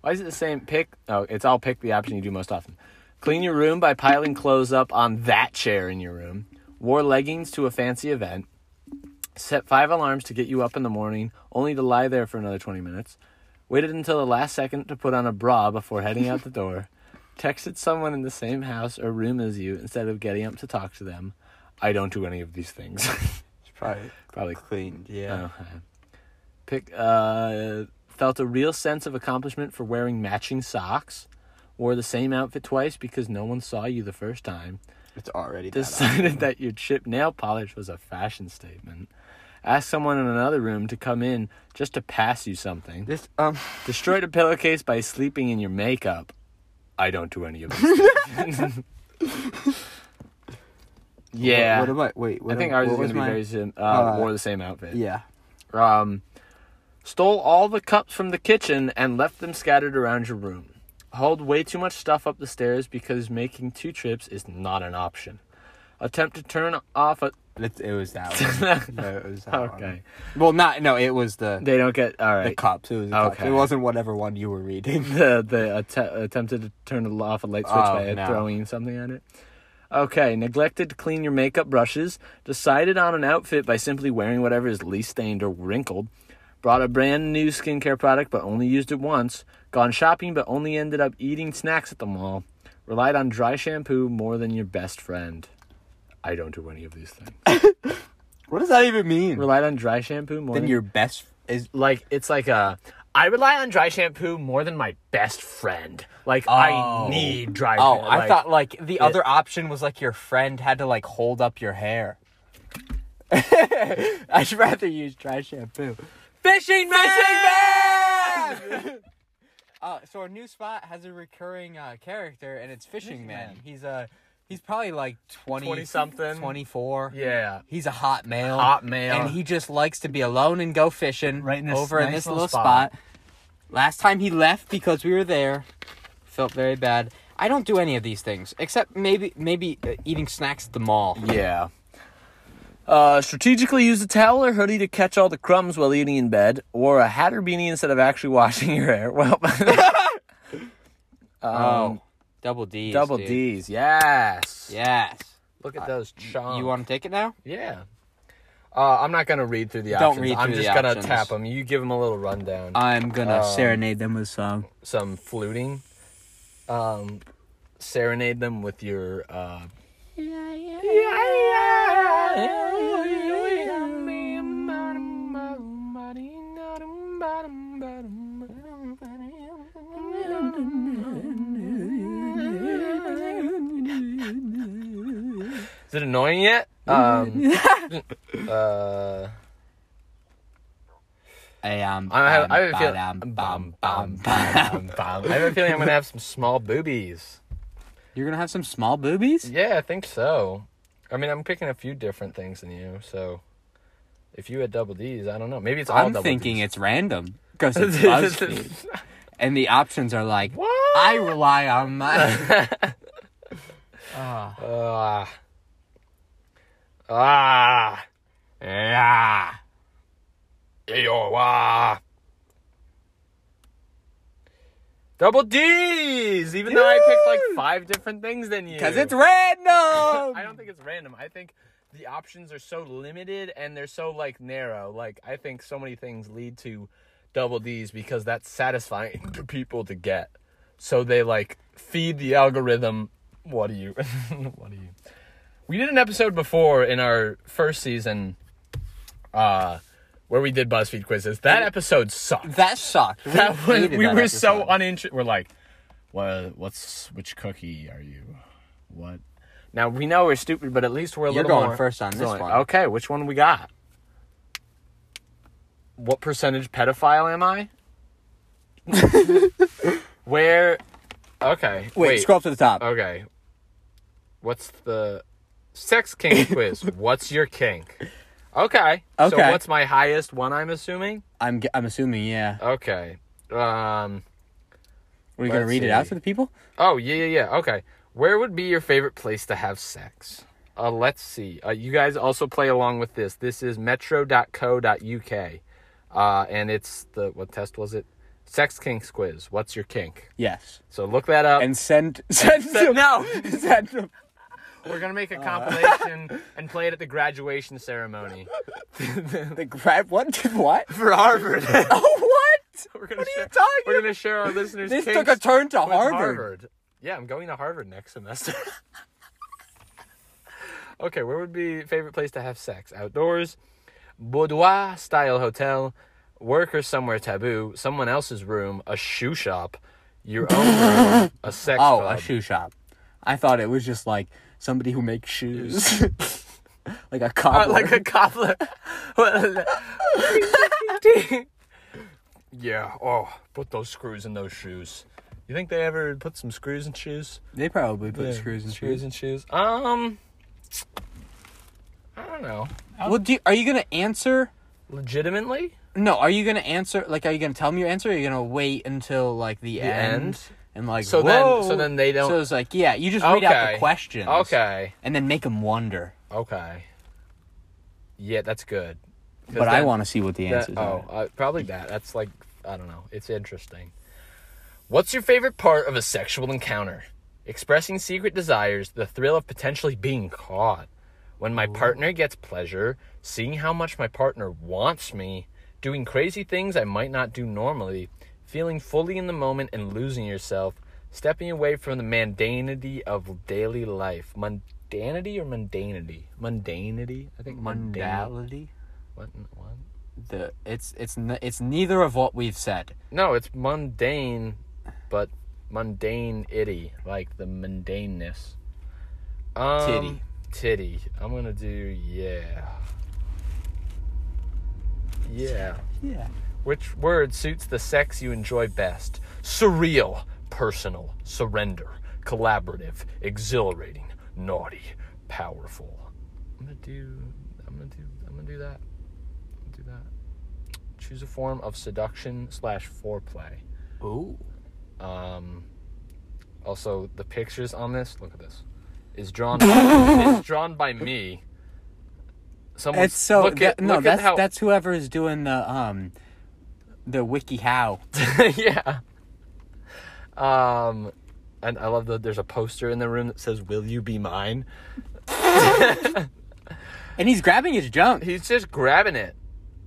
Speaker 1: Why is it the same pick? Oh, it's all pick the option you do most often. Clean your room by piling clothes up on that chair in your room. Wore leggings to a fancy event. Set five alarms to get you up in the morning, only to lie there for another 20 minutes. Waited until the last second to put on a bra before heading out the door. Texted someone in the same house or room as you instead of getting up to talk to them. I don't do any of these things.
Speaker 2: It's probably Oh,
Speaker 1: Probably
Speaker 2: cleaned. Yeah.
Speaker 1: Okay. Pick uh Felt a real sense of accomplishment for wearing matching socks. Wore the same outfit twice because no one saw you the first time.
Speaker 2: It's already that
Speaker 1: Decided that your chip nail polish was a fashion statement. Asked someone in another room to come in just to pass you something.
Speaker 2: This um
Speaker 1: Destroyed a pillowcase by sleeping in your makeup. I don't do any of this. yeah.
Speaker 2: What, what am I? Wait. What
Speaker 1: I think
Speaker 2: am,
Speaker 1: ours
Speaker 2: what
Speaker 1: is going
Speaker 2: was
Speaker 1: to be
Speaker 2: my,
Speaker 1: very sim- uh,
Speaker 2: uh,
Speaker 1: wore the same outfit.
Speaker 2: Yeah.
Speaker 1: Um, stole all the cups from the kitchen and left them scattered around your room. Hauled way too much stuff up the stairs because making two trips is not an option. Attempt to turn off a.
Speaker 2: It, it was that one. No, it was that one.
Speaker 1: Okay.
Speaker 2: Well, not no. It was the
Speaker 1: They don't get. All right.
Speaker 2: the cups. It was the cups.
Speaker 1: Okay.
Speaker 2: It wasn't whatever one you were reading.
Speaker 1: the the att- attempted to turn it off a light switch
Speaker 2: Oh,
Speaker 1: by
Speaker 2: no.
Speaker 1: throwing something at it. Okay, neglected to clean your makeup brushes. Decided on an outfit by simply wearing whatever is least stained or wrinkled. Brought a brand new skincare product but only used it once. Gone shopping but only ended up eating snacks at the mall. Relied on dry shampoo more than your best friend. I don't do any of these things.
Speaker 2: What does that even mean?
Speaker 1: Relied on dry shampoo more
Speaker 2: Then
Speaker 1: than
Speaker 2: your best is
Speaker 1: like it's like a I rely on dry shampoo more than my best friend. Like I
Speaker 2: Oh.
Speaker 1: need dry.
Speaker 2: Oh,
Speaker 1: shampoo.
Speaker 2: I
Speaker 1: Like,
Speaker 2: thought like the other option was like your friend had to like hold up your hair. I'd rather use dry shampoo. Fishing man! uh, so our new spot has a recurring uh, character, and it's Fishing, man. He's uh, he's probably like 20,
Speaker 1: 20-something.
Speaker 2: twenty four.
Speaker 1: yeah.
Speaker 2: He's a hot male.
Speaker 1: Hot male.
Speaker 2: And he just likes to be alone and go fishing.
Speaker 1: Right in this
Speaker 2: over in
Speaker 1: nice
Speaker 2: this
Speaker 1: little
Speaker 2: little
Speaker 1: spot.
Speaker 2: spot. Last time he left because we were there. Felt very bad. I don't do any of these things except maybe maybe uh, eating snacks at the mall.
Speaker 1: Yeah. Uh, strategically used a towel or hoodie to catch all the crumbs while eating in bed. Wore a hat or beanie instead of actually washing your hair. Well, um,
Speaker 2: oh, double D's.
Speaker 1: double
Speaker 2: dude.
Speaker 1: D's. Yes.
Speaker 2: Yes.
Speaker 1: Look at those chunks.
Speaker 2: You want to take it now?
Speaker 1: Yeah. Uh, I'm not gonna read through the
Speaker 2: Don't
Speaker 1: options.
Speaker 2: read
Speaker 1: I'm
Speaker 2: through
Speaker 1: just
Speaker 2: the
Speaker 1: gonna
Speaker 2: options.
Speaker 1: tap them. You give them a little rundown.
Speaker 2: I'm gonna serenade them with a song.
Speaker 1: some fluting. Um, serenade them with your. Uh, Is it annoying yet? Um, uh,
Speaker 2: I um.
Speaker 1: I have, I have a feeling.
Speaker 2: ba-dum,
Speaker 1: Bum,
Speaker 2: bum,
Speaker 1: bum,
Speaker 2: bum.
Speaker 1: bum, bum. I have a feeling I'm gonna have some small boobies.
Speaker 2: You're gonna have some small boobies.
Speaker 1: Yeah, I think so. I mean, I'm picking a few different things than you, so if you had double D's, I don't know. Maybe it's all
Speaker 2: I'm
Speaker 1: double
Speaker 2: thinking
Speaker 1: D's.
Speaker 2: it's random because it's BuzzFeed, and the options are like,
Speaker 1: What?
Speaker 2: I rely on my. Ah,
Speaker 1: Ah. Ah. Yeah. ah. Eeyore, wah. Double D's, even though I picked like five different things than you.
Speaker 2: Cause it's random.
Speaker 1: I don't think it's random. I think the options are so limited and they're so like narrow. Like I think so many things lead to double D's because that's satisfying to people to get. So they like feed the algorithm. What do you? what do you? We did an episode before in our first season, uh, where we did BuzzFeed quizzes. That episode sucked.
Speaker 2: that sucked.
Speaker 1: That was,
Speaker 2: hated
Speaker 1: we
Speaker 2: that
Speaker 1: were so
Speaker 2: episode.
Speaker 1: uninterested. We're like, what? What's which cookie are you? What? Now we know we're stupid, but at least we're a
Speaker 2: You're
Speaker 1: little
Speaker 2: going
Speaker 1: more-
Speaker 2: first on this
Speaker 1: going-
Speaker 2: one.
Speaker 1: Okay, which one we got? What percentage pedophile am I? Where? Okay.
Speaker 2: Wait, scroll up to the top.
Speaker 1: Okay. What's the sex kink quiz? What's your kink? Okay. So
Speaker 2: Okay.
Speaker 1: what's my highest one? I'm assuming.
Speaker 2: I'm g- I'm assuming
Speaker 1: Oh,
Speaker 2: yeah.
Speaker 1: Okay. Um.
Speaker 2: Were you gonna
Speaker 1: let's
Speaker 2: read it out
Speaker 1: see.
Speaker 2: to the people?
Speaker 1: Oh yeah, yeah, yeah. Okay. Where would be your favorite place to have sex? Uh, let's see. Uh, you guys also play along with this. This is metro.co.uk, uh, and it's the what test was it? Sex kinks quiz. What's your kink?
Speaker 2: Yes.
Speaker 1: So look that up.
Speaker 2: And send send, them. No. send them.
Speaker 1: We're gonna make a compilation and play it at the graduation ceremony
Speaker 2: The grab what? What?
Speaker 1: for Harvard.
Speaker 2: oh what?
Speaker 1: we're gonna what share,
Speaker 2: talking
Speaker 1: We're gonna share our listeners.
Speaker 2: This
Speaker 1: kinks
Speaker 2: took a turn to
Speaker 1: with
Speaker 2: Harvard.
Speaker 1: Yeah, I'm going to Harvard next semester. okay, where would be favorite place to have sex? Outdoors, boudoir style hotel, work or somewhere taboo, someone else's room, a shoe shop, your own room, a sex
Speaker 2: Oh,
Speaker 1: club.
Speaker 2: a shoe shop. I thought it was just like somebody who makes shoes, like a cobbler.
Speaker 1: like a cobbler. yeah. Oh, put those screws in those shoes. You think they ever put some screws in shoes?
Speaker 2: they probably put screws in
Speaker 1: screws
Speaker 2: shoes.
Speaker 1: in shoes. Um, I don't know.
Speaker 2: Well, do you, are you gonna answer?
Speaker 1: Legitimately,
Speaker 2: No, are you gonna answer? Like, are you gonna tell me your answer? Or are you gonna wait until like the, end?
Speaker 1: end?
Speaker 2: and like
Speaker 1: So then-
Speaker 2: whoa?
Speaker 1: so then they don't-
Speaker 2: So it's like yeah, you just read out
Speaker 1: Okay.
Speaker 2: the questions.
Speaker 1: okay,
Speaker 2: and then make them wonder.
Speaker 1: okay. Yeah, that's good. 'Cause
Speaker 2: But I
Speaker 1: then-
Speaker 2: want to see what the
Speaker 1: that-
Speaker 2: answers
Speaker 1: oh,
Speaker 2: are.
Speaker 1: uh, probably that. That's like I don't know. It's interesting. What's your favorite part of a sexual encounter? Expressing secret desires, the thrill of potentially being caught. When my partner gets pleasure, seeing how much my partner wants me, doing crazy things I might not do normally, feeling fully in the moment and losing yourself, stepping away from the mundanity of daily life. Mundanity or mundanity? Mundanity? I think mundanity.
Speaker 2: Modality.
Speaker 1: What? What?
Speaker 2: The it's it's n- it's neither of what we've said.
Speaker 1: No, it's mundane, but mundane itty, like the mundaneness. Um, Titty. I'm gonna do yeah. Yeah.
Speaker 2: Yeah.
Speaker 1: Which word suits the sex you enjoy best? Surreal, personal, surrender, collaborative, exhilarating, naughty, powerful. I'm gonna do. I'm gonna do. I'm gonna do that. I'm gonna do that. Choose a form of seduction slash foreplay.
Speaker 2: Ooh.
Speaker 1: Um, also, the pictures on this. Look at this. Is drawn. is drawn by me. Someone.
Speaker 2: It's so
Speaker 1: Look at,
Speaker 2: that- no.
Speaker 1: look
Speaker 2: That's
Speaker 1: at how,
Speaker 2: that's whoever is doing the um, the wiki how.
Speaker 1: yeah. Um, and I love that there's a poster in the room that says "Will you be mine?"
Speaker 2: And he's grabbing his junk.
Speaker 1: He's just grabbing it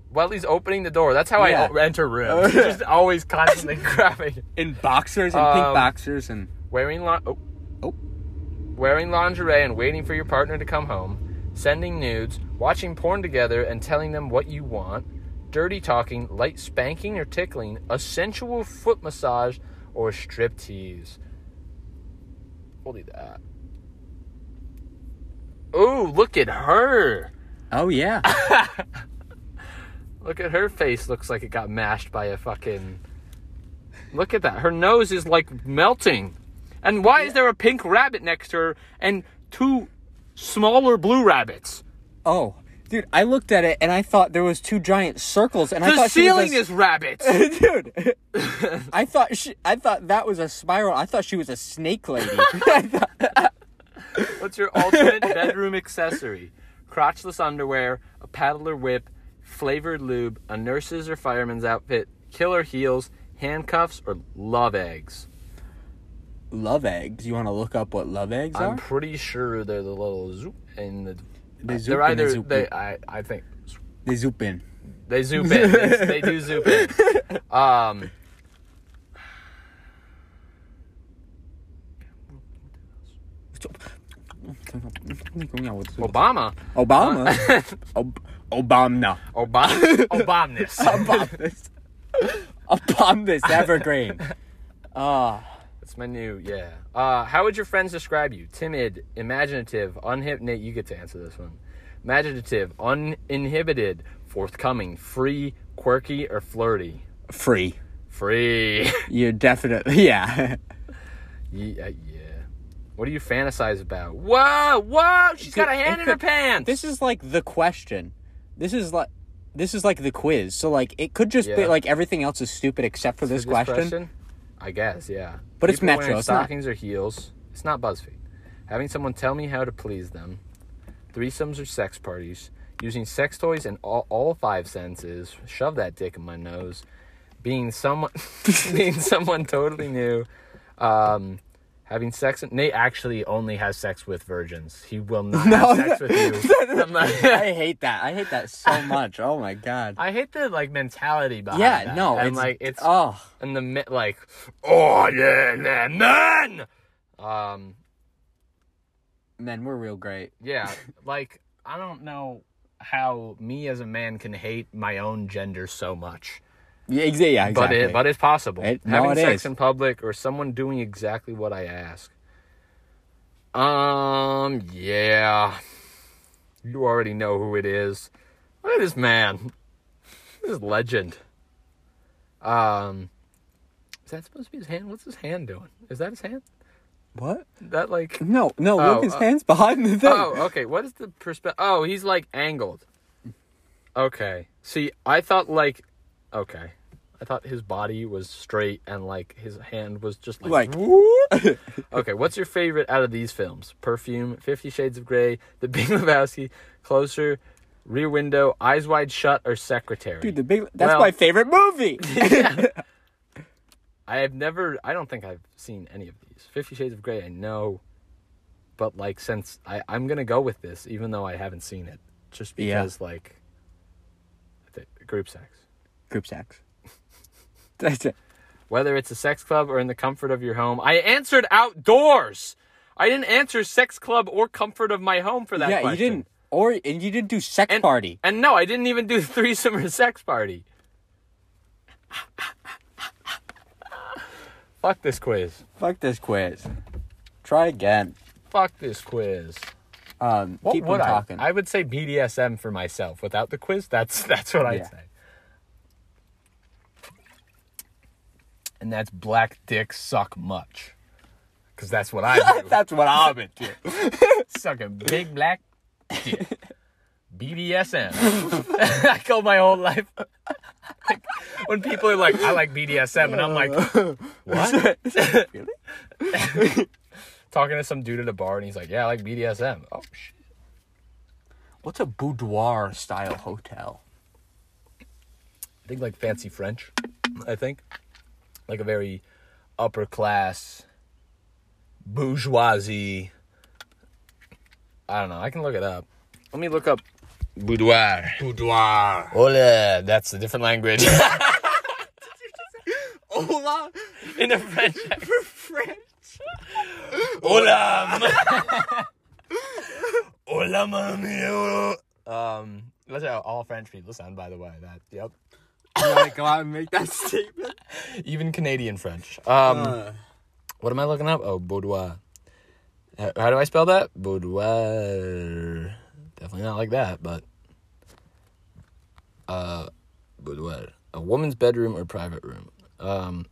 Speaker 1: while he's opening the door. That's how
Speaker 2: Yeah.
Speaker 1: I o- enter rooms. He's just always constantly grabbing. it.
Speaker 2: In boxers and
Speaker 1: Um,
Speaker 2: pink boxers and
Speaker 1: Wearing lin- oh.
Speaker 2: Oh.
Speaker 1: wearing lingerie and waiting for your partner to come home, sending nudes, watching porn together and telling them what you want, dirty talking, light spanking or tickling, a sensual foot massage, or strip tease. We'll do that. Ooh, look at her.
Speaker 2: oh yeah.
Speaker 1: Look at her face. Looks like it got mashed by a fucking. Look at that. Her nose is like melting. And why is there a pink rabbit next to her and two smaller blue rabbits?
Speaker 2: oh, dude, I looked at it and I thought there was two giant circles and I
Speaker 1: The
Speaker 2: thought she was
Speaker 1: ceiling
Speaker 2: a-
Speaker 1: is rabbits.
Speaker 2: dude. I thought she, I thought that was a spiral. I thought she was a snake lady. I thought-
Speaker 1: What's your ultimate bedroom accessory? Crotchless underwear, a paddler whip, flavored lube, a nurse's or fireman's outfit, killer heels, handcuffs, or love eggs.
Speaker 2: love eggs. You want to look up what love eggs
Speaker 1: I'm
Speaker 2: are?
Speaker 1: pretty sure they're the little zoop in the.
Speaker 2: They zoop
Speaker 1: they're
Speaker 2: in, they
Speaker 1: either
Speaker 2: zoop
Speaker 1: they.
Speaker 2: in.
Speaker 1: I I think
Speaker 2: They zoop in.
Speaker 1: They zoom in. They, they do zoom in. Um, Obama. Uh,
Speaker 2: Obama. Ob- Obama.
Speaker 1: Obama. Obamness.
Speaker 2: Obama. this. Obama. This evergreen.
Speaker 1: That's my new, yeah. Uh, how would your friends describe you? Timid, imaginative, unhip. Nate, you get to answer this one. Imaginative, uninhibited, forthcoming, free, quirky, or flirty?
Speaker 2: Free.
Speaker 1: Free.
Speaker 2: You're definitely yeah.
Speaker 1: uh, yeah, yeah. What do you fantasize about? Whoa, whoa! She's got a hand in her pants.
Speaker 2: This is like the question. This is like this is like the quiz. So like it could just be
Speaker 1: Yeah.
Speaker 2: like everything else is stupid except for
Speaker 1: This
Speaker 2: this, question.
Speaker 1: I guess, yeah.
Speaker 2: But it's
Speaker 1: wearing
Speaker 2: Metro, it's not-
Speaker 1: stockings or heels. It's not BuzzFeed. Having someone tell me how to please them. Threesomes or sex parties. Using sex toys and all, all five senses. Shove that dick in my nose. Being someone, being someone totally new. Um, having sex. Nate actually only has sex with virgins. He will not have sex with you. I'm not-
Speaker 2: I hate that. I hate that so much. Oh my god.
Speaker 1: I hate the like mentality behind
Speaker 2: Yeah,
Speaker 1: that.
Speaker 2: no,
Speaker 1: and
Speaker 2: it's-
Speaker 1: like it's
Speaker 2: Oh,
Speaker 1: and the mi- like oh yeah man man um
Speaker 2: men, we're real great.
Speaker 1: yeah like i don't know how me as a man can hate my own gender so much
Speaker 2: Yeah, exa- yeah,
Speaker 1: But
Speaker 2: exactly.
Speaker 1: it, but it's possible.
Speaker 2: It- no,
Speaker 1: Having
Speaker 2: it
Speaker 1: sex
Speaker 2: is.
Speaker 1: in public or someone doing exactly what I ask. Um, yeah. You already know who it is. Look at this man. This legend. Um, is that supposed to be his hand? What's his hand doing? Is that his hand?
Speaker 2: what?
Speaker 1: That like?
Speaker 2: No, no.
Speaker 1: Oh,
Speaker 2: look, his
Speaker 1: uh,
Speaker 2: hands behind the thing.
Speaker 1: Oh, okay. What is the perspective? Oh, he's like angled. Okay. See, I thought like, okay, I thought his body was straight and like his hand was just like.
Speaker 2: Like, whoop.
Speaker 1: Okay, what's your favorite out of these films? Perfume, Fifty Shades of Grey, The Big Lebowski, Closer, Rear Window, Eyes Wide Shut, or Secretary?
Speaker 2: dude, the big. That's
Speaker 1: Well-
Speaker 2: my favorite movie.
Speaker 1: I have never. I don't think I've seen any of these. Fifty Shades of Grey, I know, but like since I, I'm gonna go with this, even though I haven't seen it, just
Speaker 2: Yeah.
Speaker 1: because like, I think- group sex.
Speaker 2: Group sex. That's it.
Speaker 1: Whether it's a sex club or in the comfort of your home, I answered outdoors. I didn't answer sex club or comfort of my home for that.
Speaker 2: yeah,
Speaker 1: question.
Speaker 2: you didn't. Or and you didn't do sex
Speaker 1: And-
Speaker 2: party.
Speaker 1: And no, I didn't even do threesome or sex party. Fuck this quiz.
Speaker 2: Fuck this quiz. Try again.
Speaker 1: Fuck this quiz.
Speaker 2: Um,
Speaker 1: What
Speaker 2: keep
Speaker 1: would
Speaker 2: on
Speaker 1: I?
Speaker 2: talking.
Speaker 1: I would say BDSM for myself. Without the quiz, that's that's what I'd
Speaker 2: Yeah.
Speaker 1: say. And that's black dick suck much, because that's what I do.
Speaker 2: That's what I'll be doing.
Speaker 1: Sucking big black dick. BDSM. I go my whole life. Like, when people are like, I like BDSM, and I'm like, what? Talking to some dude at a bar, and he's like, Yeah, I like BDSM. Oh shit.
Speaker 2: What's a boudoir style hotel?
Speaker 1: I think like fancy French. I think like a very upper class bourgeoisie. I don't know. I can look it up. Let me look up boudoir.
Speaker 2: Boudoir.
Speaker 1: Hola, that's a different language.
Speaker 2: Hola,
Speaker 1: In a French.
Speaker 2: French.
Speaker 1: Hola. Hola, mon ami. Um, that's how all French people sound, by the way. That yep.
Speaker 2: go out and make that statement.
Speaker 1: Even Canadian French. Um.
Speaker 2: Uh.
Speaker 1: What am I looking up? Oh, boudoir. How, how do I spell that? Boudoir. Definitely not like that, but. Uh, boudoir. A woman's bedroom or private room. Um,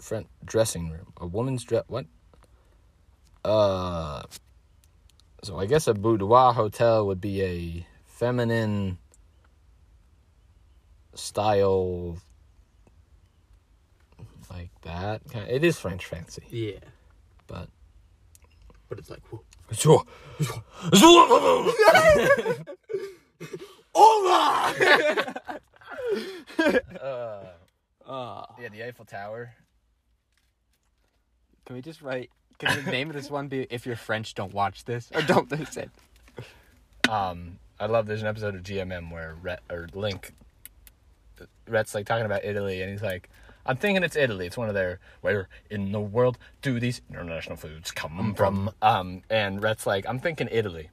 Speaker 1: front dressing room. A woman's dress. What? Uh. So I guess a boudoir hotel would be a feminine style like that. It is French fancy,
Speaker 2: yeah,
Speaker 1: but
Speaker 2: but it's like
Speaker 1: Sure.
Speaker 2: hola. Uh,
Speaker 1: yeah, the Eiffel Tower.
Speaker 2: Can we just write? Can the name of this one be "If You're French, Don't Watch This" or "Don't Listen"?
Speaker 1: Um, I love. There's an episode of GMM where Rhett or Link, Rhett's like talking about Italy, and he's like, "I'm thinking it's Italy. It's one of their where in the world do these international foods come from?" Um, and Rhett's like, "I'm thinking Italy,"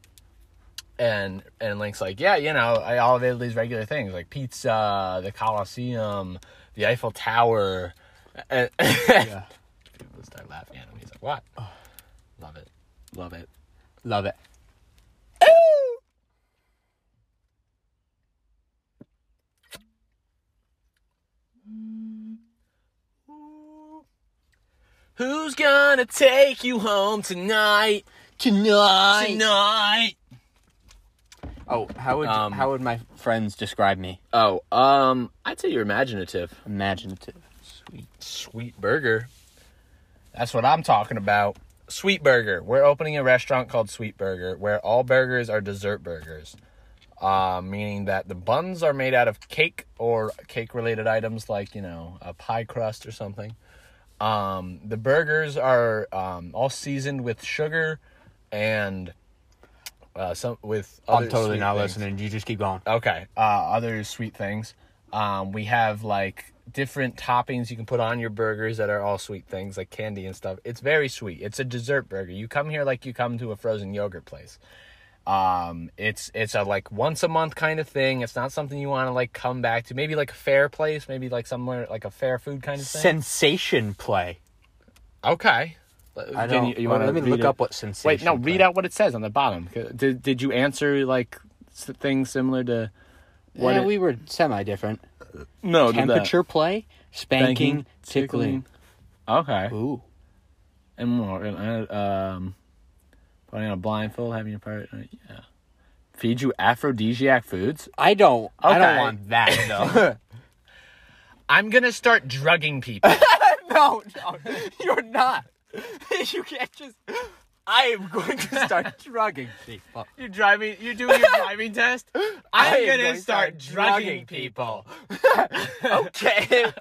Speaker 1: and and Link's like, "Yeah, you know, I, all of Italy's regular things like pizza, the Colosseum, the Eiffel Tower." And, people start laughing at him. He's like, "What? Love it, love it."
Speaker 2: Love it.
Speaker 1: Who's gonna take you home tonight?
Speaker 2: Tonight.
Speaker 1: Tonight.
Speaker 2: Oh, how would
Speaker 1: Um,
Speaker 2: how would my friends describe me?
Speaker 1: Oh, um, I'd say you're imaginative.
Speaker 2: Imaginative.
Speaker 1: Sweet burger. That's what I'm talking about. Sweet burger. We're opening a restaurant called Sweet Burger, where all burgers are dessert burgers. Uh, meaning that the buns are made out of cake or cake related items like, you know, a pie crust or something. Um, the burgers are um, all seasoned with sugar and uh, some with other
Speaker 2: I'm totally
Speaker 1: sweet
Speaker 2: not
Speaker 1: things.
Speaker 2: listening. You just keep going.
Speaker 1: Okay. Uh, other sweet things. Um, we have like different toppings you can put on your burgers that are all sweet things like candy and stuff. It's very sweet. It's a dessert burger. You come here like you come to a frozen yogurt place. Um, it's it's a like once a month kind of thing. It's not something you want to like come back to. Maybe like a fair place. Maybe like somewhere like a fair food kind of thing.
Speaker 2: Sensation play.
Speaker 1: okay.
Speaker 2: I
Speaker 1: Can
Speaker 2: don't.
Speaker 1: you, you
Speaker 2: well,
Speaker 1: want
Speaker 2: let me look up what sensation.
Speaker 1: Wait, no.
Speaker 2: play-
Speaker 1: Read out what it says on the bottom. C- Did did you answer like s- things similar to what?
Speaker 9: yeah,
Speaker 1: it-
Speaker 9: we were semi different.
Speaker 1: no to that.
Speaker 9: Temperature play, spanking,
Speaker 1: Spanking,
Speaker 9: tickling.
Speaker 1: Okay.
Speaker 9: Ooh.
Speaker 1: And more. and, uh, um, putting on a blindfold, having your part. uh, Yeah. Feed you aphrodisiac foods.
Speaker 9: I don't.
Speaker 2: I don't
Speaker 1: Okay.
Speaker 2: want that though.
Speaker 1: I'm gonna start drugging people.
Speaker 2: no, no, you're not. you can't just. I am going to start drugging people.
Speaker 1: you driving. You doing your driving test. I'm
Speaker 2: I am
Speaker 1: gonna
Speaker 2: going to
Speaker 1: start,
Speaker 2: start
Speaker 1: drugging,
Speaker 2: drugging
Speaker 1: people.
Speaker 2: Okay.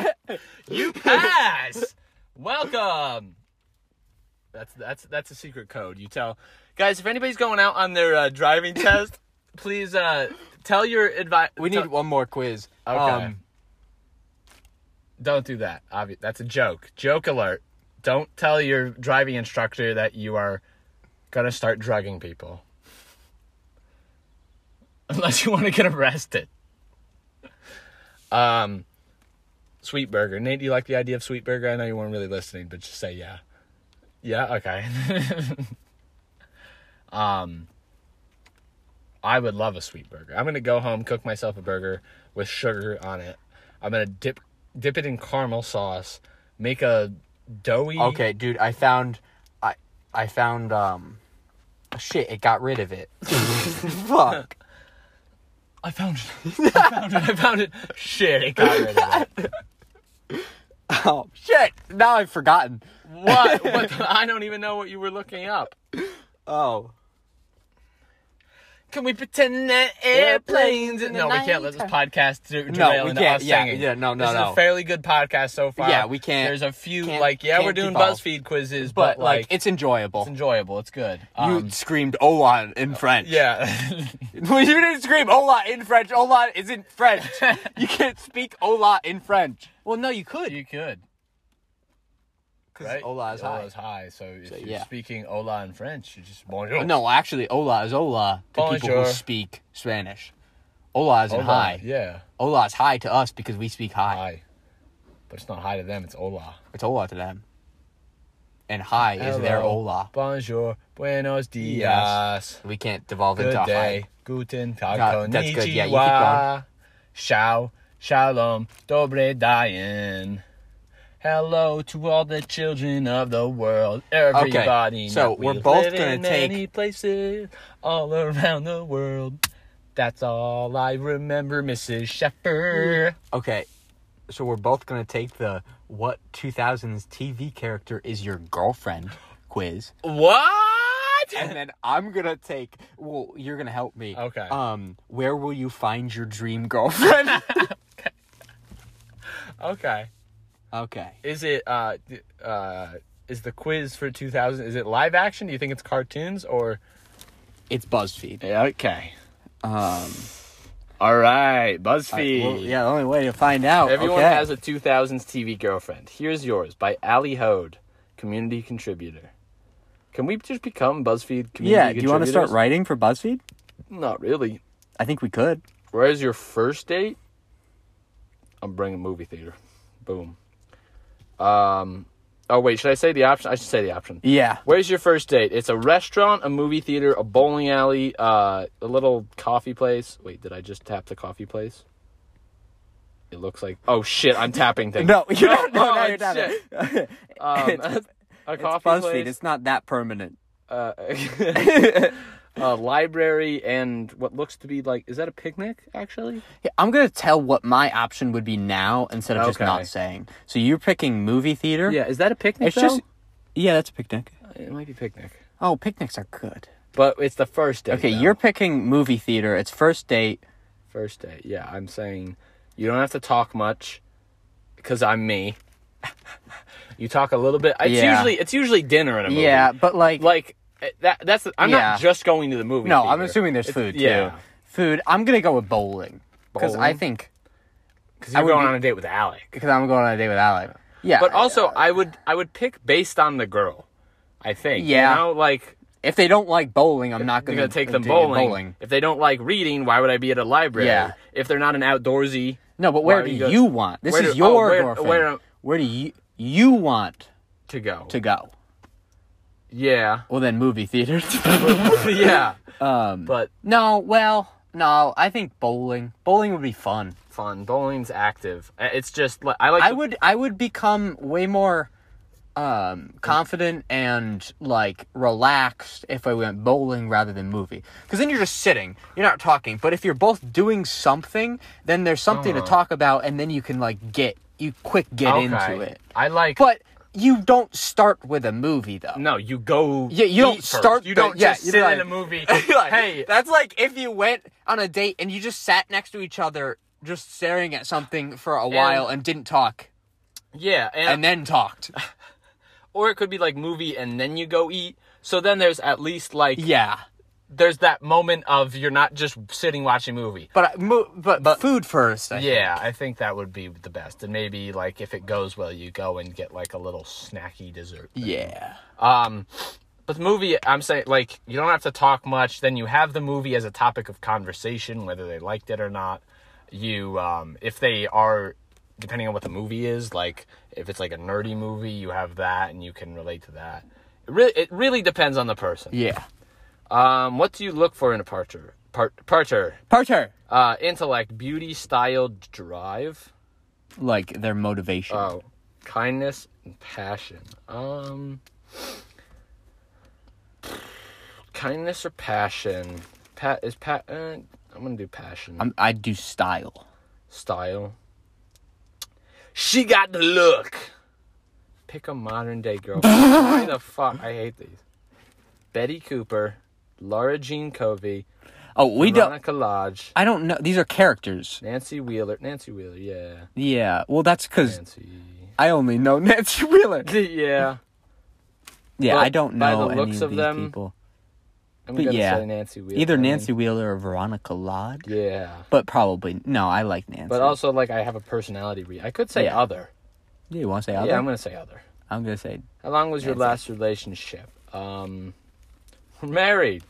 Speaker 1: You pass. Welcome. That's that's that's a secret code. You tell guys if anybody's going out on their uh, driving test, please uh, tell your advice.
Speaker 2: we need one more quiz. Um,
Speaker 1: Okay. Um, Don't do that. Obvi- that's a joke. Joke alert. Don't tell your driving instructor that you are gonna start drugging people. Unless you want to get arrested. Um, sweet burger. Nate, do you like the idea of sweet burger? I know you weren't really listening, but just say yeah. Yeah. Okay. um, I would love a sweet burger. I'm gonna go home, cook myself a burger with sugar on it. I'm gonna dip dip it in caramel sauce, make a doughy.
Speaker 2: Okay, dude, I found I I found um shit, it got rid of it. Fuck.
Speaker 1: I found it. I found it. I found it. Shit, it got rid of it.
Speaker 2: Oh shit. Now I've forgotten.
Speaker 1: What? What? the- I don't even know what you were looking up.
Speaker 2: Oh.
Speaker 1: Can we pretend that airplanes? In the no, we can't let this podcast de- derail
Speaker 2: we
Speaker 1: into
Speaker 2: can't.
Speaker 1: us
Speaker 2: Yeah,
Speaker 1: singing.
Speaker 2: yeah, no, no,
Speaker 1: This is a
Speaker 2: no.
Speaker 1: fairly good podcast so far.
Speaker 2: Yeah, we can't-
Speaker 1: There's a few
Speaker 2: can't-
Speaker 1: like yeah,
Speaker 2: can't
Speaker 1: we're doing
Speaker 2: devolve.
Speaker 1: BuzzFeed quizzes,
Speaker 2: But,
Speaker 1: but,
Speaker 2: like,
Speaker 1: it's
Speaker 2: it's enjoyable.
Speaker 1: enjoyable. It's good.
Speaker 2: you
Speaker 1: Um,
Speaker 2: screamed Olan in French.
Speaker 1: yeah.
Speaker 2: you didn't scream Ola in French. Ola isn't French. you can't speak Ola in French.
Speaker 9: Well, no, you could.
Speaker 1: You could.
Speaker 2: Because
Speaker 1: Right?
Speaker 2: Ola is high.
Speaker 1: high, So if you're
Speaker 2: yeah.
Speaker 1: speaking hola in French, you just bonjour.
Speaker 2: No, actually Ola is Ola to people
Speaker 1: Bonjour.
Speaker 2: who speak Spanish. Ola is in
Speaker 1: Hola,
Speaker 2: high.
Speaker 1: Yeah,
Speaker 2: Ola is high to us because we speak high.
Speaker 1: high. But it's not high to them, it's hola.
Speaker 2: It's Ola to them. And high is their
Speaker 1: Hello,
Speaker 2: Ola.
Speaker 1: Bonjour. Buenos dias.
Speaker 2: We can't devolve
Speaker 1: Good
Speaker 2: into
Speaker 1: day.
Speaker 2: high.
Speaker 1: Guten
Speaker 2: Yeah,
Speaker 1: tag.
Speaker 2: that's good. Yeah, you keep
Speaker 1: konnichiwa, Ciao. Shalom. Dobre dayan. Hello to all the children of the world. Everybody.
Speaker 2: so
Speaker 1: that we
Speaker 2: we're both
Speaker 1: live
Speaker 2: gonna
Speaker 1: in
Speaker 2: take-
Speaker 1: many places all around the world. That's all I remember, Mrs. Shepherd.
Speaker 2: Okay, so we're both gonna take the what 2000s TV character is your girlfriend quiz,
Speaker 1: What?
Speaker 2: and then I'm gonna take. Well, you're gonna help me.
Speaker 1: Okay.
Speaker 2: Um, where will you find your dream girlfriend?
Speaker 1: Okay.
Speaker 2: okay.
Speaker 1: Is it uh d- uh is the quiz for 2000 is it live action? Do you think it's cartoons or
Speaker 2: It's BuzzFeed.
Speaker 1: Okay.
Speaker 2: Um,
Speaker 1: All right, BuzzFeed.
Speaker 2: well, yeah, the only way to find out.
Speaker 1: Everyone
Speaker 2: okay.
Speaker 1: has a 2000s TV girlfriend. Here's yours by Ali Hode, community contributor. Can we just become BuzzFeed community
Speaker 2: Yeah. Do you want to start
Speaker 1: contributors?
Speaker 2: writing for BuzzFeed?
Speaker 1: Not really.
Speaker 2: I think we could.
Speaker 1: Where's your first date? I'm bringing movie theater. Boom. Um. Oh wait, should I say the option? I should say the option.
Speaker 2: Yeah.
Speaker 1: Where's your first date? It's a restaurant, a movie theater, a bowling alley, uh, a little coffee place. Wait, did I just tap the coffee place? It looks like. Oh shit! I'm tapping things.
Speaker 2: No, you don't.
Speaker 1: oh,
Speaker 2: No, no, you're
Speaker 1: it's
Speaker 2: not.
Speaker 1: shit. Um,
Speaker 2: it's,
Speaker 1: a
Speaker 2: it's
Speaker 1: coffee
Speaker 2: BuzzFeed.
Speaker 1: place,
Speaker 2: It's not that permanent.
Speaker 1: uh, a library, and what looks to be like—is that a picnic? Actually,
Speaker 2: Yeah, I'm gonna tell what my option would be now instead of just
Speaker 1: Okay.
Speaker 2: not saying. So you're picking movie theater.
Speaker 1: yeah. Is that a picnic?
Speaker 2: it's just yeah, that's a picnic.
Speaker 1: it might be picnic,
Speaker 2: Oh, picnics are good.
Speaker 1: but it's the first date.
Speaker 2: Okay,
Speaker 1: though.
Speaker 2: you're picking movie theater. It's first date.
Speaker 1: First date. Yeah, I'm saying you don't have to talk much because I'm me. you talk a little bit. It's
Speaker 2: Yeah.
Speaker 1: usually it's usually dinner in a movie.
Speaker 2: Yeah, but like,
Speaker 1: Like eh, that that's I'm
Speaker 2: Yeah.
Speaker 1: not just going to the movie.
Speaker 2: no, I'm
Speaker 1: theater.
Speaker 2: assuming there's
Speaker 1: It's-
Speaker 2: food too.
Speaker 1: Yeah.
Speaker 2: Food. I'm gonna go with bowling because I
Speaker 1: Bowling?
Speaker 2: think
Speaker 1: Cuz you're
Speaker 2: would
Speaker 1: going
Speaker 2: be-
Speaker 1: on a date with Alec.
Speaker 2: because I'm going on a date with Alec. Yeah,
Speaker 1: But
Speaker 2: I-
Speaker 1: also I would I would pick based on the girl. I think.
Speaker 2: Yeah.
Speaker 1: You know like
Speaker 2: If they don't like bowling, I'm not
Speaker 1: You're
Speaker 2: going
Speaker 1: gonna
Speaker 2: to
Speaker 1: take them bowling. If they don't like reading, why would I be at a library?
Speaker 2: Yeah.
Speaker 1: If they're not an outdoorsy,
Speaker 2: No, but
Speaker 1: Why
Speaker 2: where
Speaker 1: are
Speaker 2: do
Speaker 1: you
Speaker 2: you,
Speaker 1: go-
Speaker 2: want? This
Speaker 1: Where
Speaker 2: is
Speaker 1: do- oh,
Speaker 2: your
Speaker 1: where-
Speaker 2: door.
Speaker 1: where-
Speaker 2: Where, where do you you want
Speaker 1: to go.
Speaker 2: to go?
Speaker 1: yeah.
Speaker 2: Well, then movie theaters.
Speaker 1: yeah.
Speaker 2: um,
Speaker 1: But
Speaker 2: no, well, no. I think bowling. Bowling would be fun.
Speaker 1: fun. Bowling's active. Uh, It's just li- I like.
Speaker 2: I
Speaker 1: to-
Speaker 2: would I would become way more um confident and like relaxed if I went bowling rather than movie. Cuz then you're just sitting. You're not talking. But if you're both doing something, then there's something
Speaker 1: Uh-huh.
Speaker 2: to talk about and then you can like get you quick get
Speaker 1: Okay.
Speaker 2: into it.
Speaker 1: I like.
Speaker 2: But you don't start with a movie though.
Speaker 1: no, you go.
Speaker 2: Yeah, you don't
Speaker 1: eat first.
Speaker 2: start
Speaker 1: You
Speaker 2: the-
Speaker 1: don't
Speaker 2: yeah,
Speaker 1: just
Speaker 2: you're
Speaker 1: sit
Speaker 2: like-
Speaker 1: in a movie.
Speaker 2: Like,
Speaker 1: hey,
Speaker 2: that's like if you went on a date and you just sat next to each other just staring at something for a while and didn't talk
Speaker 1: yeah, and,
Speaker 2: and then talked.
Speaker 1: or it could be like movie and then you go eat. So then there's at least like
Speaker 2: Yeah,
Speaker 1: there's that moment of you're not just sitting watching a movie.
Speaker 2: but I- mo- but, but food first. I
Speaker 1: Yeah, I think that would be the best. And maybe like if it goes well, you go and get like a little snacky dessert.
Speaker 2: think. Yeah.
Speaker 1: Um but the movie I'm saying like you don't have to talk much, then you have the movie as a topic of conversation whether they liked it or not. You um if they are depending on what the movie is, like if it's like a nerdy movie, you have that and you can relate to that. It really it really depends on the person.
Speaker 2: Yeah.
Speaker 1: Um what do you look for in a partner? Part partner.
Speaker 2: Parter.
Speaker 1: Uh intellect, beauty, style, drive.
Speaker 2: Like their motivation.
Speaker 1: Oh, kindness and passion. Um, kindness or passion? Pat is pat. Uh, I'm gonna do passion.
Speaker 2: I'm, I do style.
Speaker 1: Style. She got the look. Pick a modern day girl. Why the fuck? I hate these. Betty Cooper, Laura Jean Covey,
Speaker 2: Oh, we don't.
Speaker 1: Veronica Lodge,
Speaker 2: I don't know. These are characters.
Speaker 1: Nancy Wheeler. Nancy Wheeler, yeah.
Speaker 2: Yeah. Well, that's because
Speaker 1: Nancy.
Speaker 2: I only know Nancy Wheeler.
Speaker 1: yeah.
Speaker 2: Yeah,
Speaker 1: But
Speaker 2: I don't
Speaker 1: by
Speaker 2: know
Speaker 1: the
Speaker 2: any
Speaker 1: looks
Speaker 2: of,
Speaker 1: of
Speaker 2: these
Speaker 1: them,
Speaker 2: people.
Speaker 1: I'm
Speaker 2: But
Speaker 1: gonna
Speaker 2: yeah,
Speaker 1: say Nancy Wheeler.
Speaker 2: Either
Speaker 1: I mean,
Speaker 2: Nancy Wheeler or Veronica Lodge.
Speaker 1: Yeah.
Speaker 2: But probably no. I like Nancy.
Speaker 1: But also, like, I have a personality. Re- I could say
Speaker 2: Yeah.
Speaker 1: other.
Speaker 2: yeah, you want to say other?
Speaker 1: Yeah, I'm
Speaker 2: I'm,
Speaker 1: gonna say other.
Speaker 2: gonna say
Speaker 1: How long was your
Speaker 2: That's it.
Speaker 1: last relationship? Um, we're married.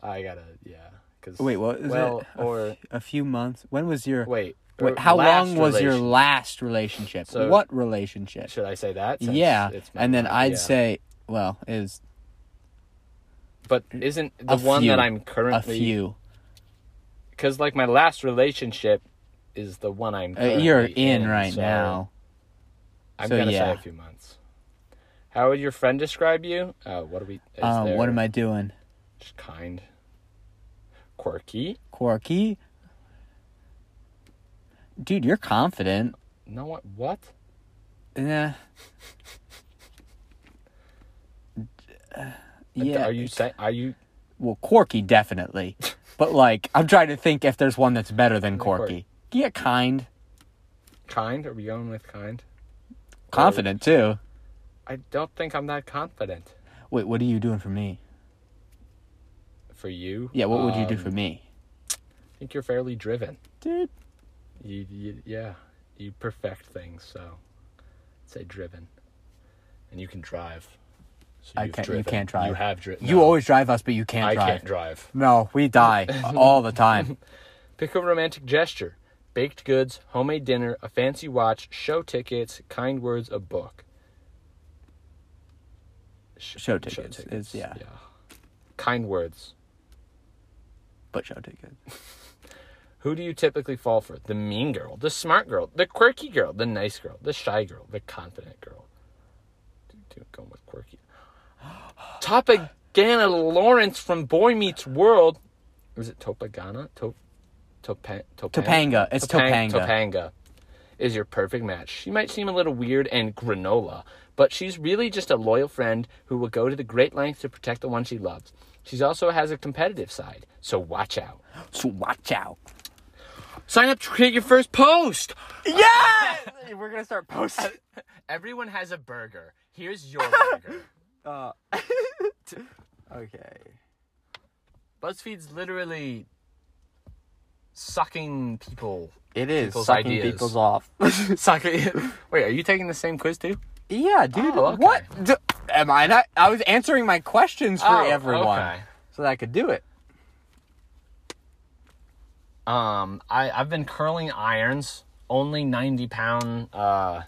Speaker 1: I gotta, yeah. Cause
Speaker 2: Wait, what is
Speaker 1: well,
Speaker 2: it?
Speaker 1: or
Speaker 2: a few months. When was your
Speaker 1: wait,
Speaker 2: Wait,
Speaker 1: or
Speaker 2: how
Speaker 1: last
Speaker 2: long was your
Speaker 1: relation-
Speaker 2: last relationship?
Speaker 1: So-
Speaker 2: what relationship?
Speaker 1: Should I say that? since
Speaker 2: yeah,
Speaker 1: it's my
Speaker 2: and then
Speaker 1: life?
Speaker 2: I'd
Speaker 1: Yeah.
Speaker 2: say, well, is
Speaker 1: But isn't the
Speaker 2: a
Speaker 1: one
Speaker 2: few.
Speaker 1: that I'm
Speaker 2: a
Speaker 1: currently?
Speaker 2: few.
Speaker 1: Because like my last relationship is the one I'm.
Speaker 2: Uh, you're
Speaker 1: currently
Speaker 2: in right
Speaker 1: so
Speaker 2: now.
Speaker 1: I'm
Speaker 2: so
Speaker 1: gonna
Speaker 2: yeah.
Speaker 1: say a few months. How would your friend describe you? Uh, what are we? Is
Speaker 2: Uh,
Speaker 1: there...
Speaker 2: what am I doing?
Speaker 1: Just kind. Quirky.
Speaker 2: Quirky. Dude, you're confident.
Speaker 1: No what what?
Speaker 2: Nah. Uh, Yeah.
Speaker 1: Are you saying are you
Speaker 2: well, quirky definitely, but like I'm trying to think if there's one that's better than
Speaker 1: Quirk.
Speaker 2: quirky. Yeah, kind,
Speaker 1: kind? Are we going with kind?
Speaker 2: confident too.
Speaker 1: I don't think I'm that confident.
Speaker 2: Wait, what are you doing for me?
Speaker 1: For you?
Speaker 2: Yeah, what would you do
Speaker 1: Um,
Speaker 2: for me?
Speaker 1: I think you're fairly driven.
Speaker 2: Dude.
Speaker 1: You, you yeah. You perfect things, so I'd say driven. And you can drive. So
Speaker 2: I
Speaker 1: you've
Speaker 2: can't- you
Speaker 1: driven.
Speaker 2: can't drive.
Speaker 1: You have driven.
Speaker 2: You always drive us, but you can't
Speaker 1: I
Speaker 2: drive.
Speaker 1: can't drive.
Speaker 2: No, we die all the time.
Speaker 1: Pick a romantic gesture. Baked goods, homemade dinner, a fancy watch, show tickets, kind words, a book. Sh-
Speaker 2: Show tickets is- yeah.
Speaker 1: Kind words.
Speaker 2: But show ticket.
Speaker 1: Who do you typically fall for? The mean girl, the smart girl, the quirky girl, the nice girl, the shy girl, the confident girl. Dude, dude, going with quirky. Topagana Lawrence from Boy Meets World. Is it Topagana? Top, Topa-
Speaker 2: Topanga. It's
Speaker 1: Topang-
Speaker 2: Topanga.
Speaker 1: Topanga is your perfect match. She might seem a little weird and granola, but she's really just a loyal friend who will go to the great lengths to protect the one she loves. She also has a competitive side, so watch out.
Speaker 2: So watch out.
Speaker 1: Sign up to create your first post.
Speaker 2: Yes! We're gonna start posting.
Speaker 1: Everyone has a burger. Here's your burger.
Speaker 2: Uh, okay.
Speaker 1: BuzzFeed's literally sucking people.
Speaker 2: It is
Speaker 1: People's
Speaker 2: sucking
Speaker 1: ideas.
Speaker 2: people's off.
Speaker 1: Sucking. Wait, are you taking the same quiz too?
Speaker 2: yeah, dude.
Speaker 1: Oh, okay.
Speaker 2: What? D- Am I not? I was answering my questions for
Speaker 1: Oh,
Speaker 2: everyone,
Speaker 1: okay.
Speaker 2: so that I could do it.
Speaker 1: Um, I I've been curling irons, only ninety pound. Uh,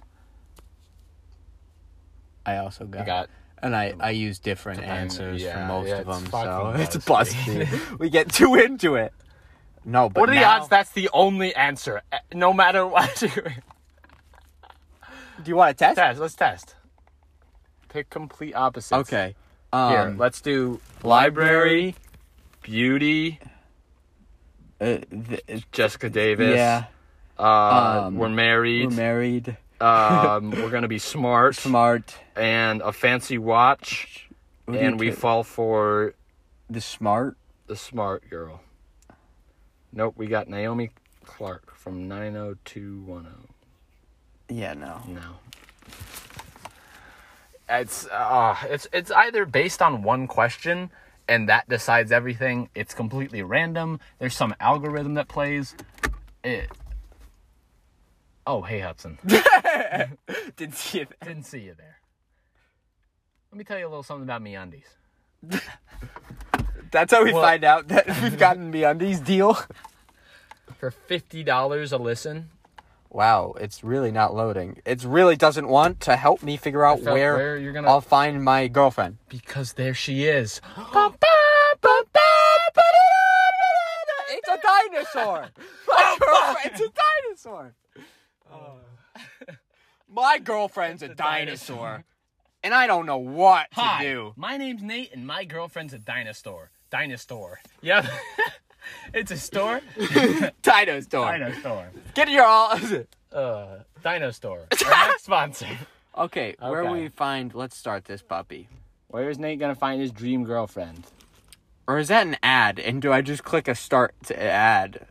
Speaker 2: I also got,
Speaker 1: I got
Speaker 2: and I I use different answers
Speaker 1: yeah,
Speaker 2: for most
Speaker 1: yeah,
Speaker 2: of
Speaker 1: it's
Speaker 2: them, so
Speaker 1: fucking
Speaker 2: it's
Speaker 1: busted.
Speaker 2: busted. we get too into it. No, but
Speaker 1: What are the
Speaker 2: now-
Speaker 1: odds that's the only answer? eh, No matter what.
Speaker 2: Do you want to test?
Speaker 1: test. Let's test. Pick complete opposites.
Speaker 2: Okay.
Speaker 1: Here,
Speaker 2: Um,
Speaker 1: let's do library, beauty,
Speaker 2: uh, th-
Speaker 1: Jessica Davis.
Speaker 2: yeah,
Speaker 1: Uh,
Speaker 2: Um,
Speaker 1: we're married.
Speaker 2: we're married,
Speaker 1: um, we're gonna be smart,
Speaker 2: smart.
Speaker 1: and a fancy watch,
Speaker 2: What do you
Speaker 1: and we
Speaker 2: ta-
Speaker 1: fall for
Speaker 2: the smart.
Speaker 1: the smart girl. Nope, we got Naomi Clark from 90210.
Speaker 2: Yeah, no.
Speaker 1: No. It's uh it's it's either based on one question and that decides everything. It's completely random. There's some algorithm that plays it. Oh, hey Hudson.
Speaker 2: Didn't see it.
Speaker 1: Didn't see you there. Let me tell you a little something about MeUndies.
Speaker 2: That's how we
Speaker 1: Well-
Speaker 2: find out that we've gotten MeUndies deal.
Speaker 1: For $50 a listen,
Speaker 2: Wow, it's really not loading. It really doesn't want to help me figure out
Speaker 1: felt
Speaker 2: where,
Speaker 1: where you're gonna-
Speaker 2: I'll find my girlfriend.
Speaker 1: because there she is.
Speaker 2: It's a dinosaur. My girlfriend's a dinosaur. Uh. My girlfriend's a dinosaur, and I don't know what
Speaker 1: Hi,
Speaker 2: to do.
Speaker 1: my name's Nate, and my girlfriend's a dinosaur. Dinosaur. Yep. it's a store.
Speaker 2: Dinosaur.
Speaker 1: Dinosaur.
Speaker 2: Get your all.
Speaker 1: Uh, Dinosaur. Our next sponsor.
Speaker 2: okay, where
Speaker 1: Okay.
Speaker 2: we find? Let's start this puppy.
Speaker 1: Where's Nate gonna find his dream girlfriend?
Speaker 2: Or is that an ad? And do I just click a start to ad?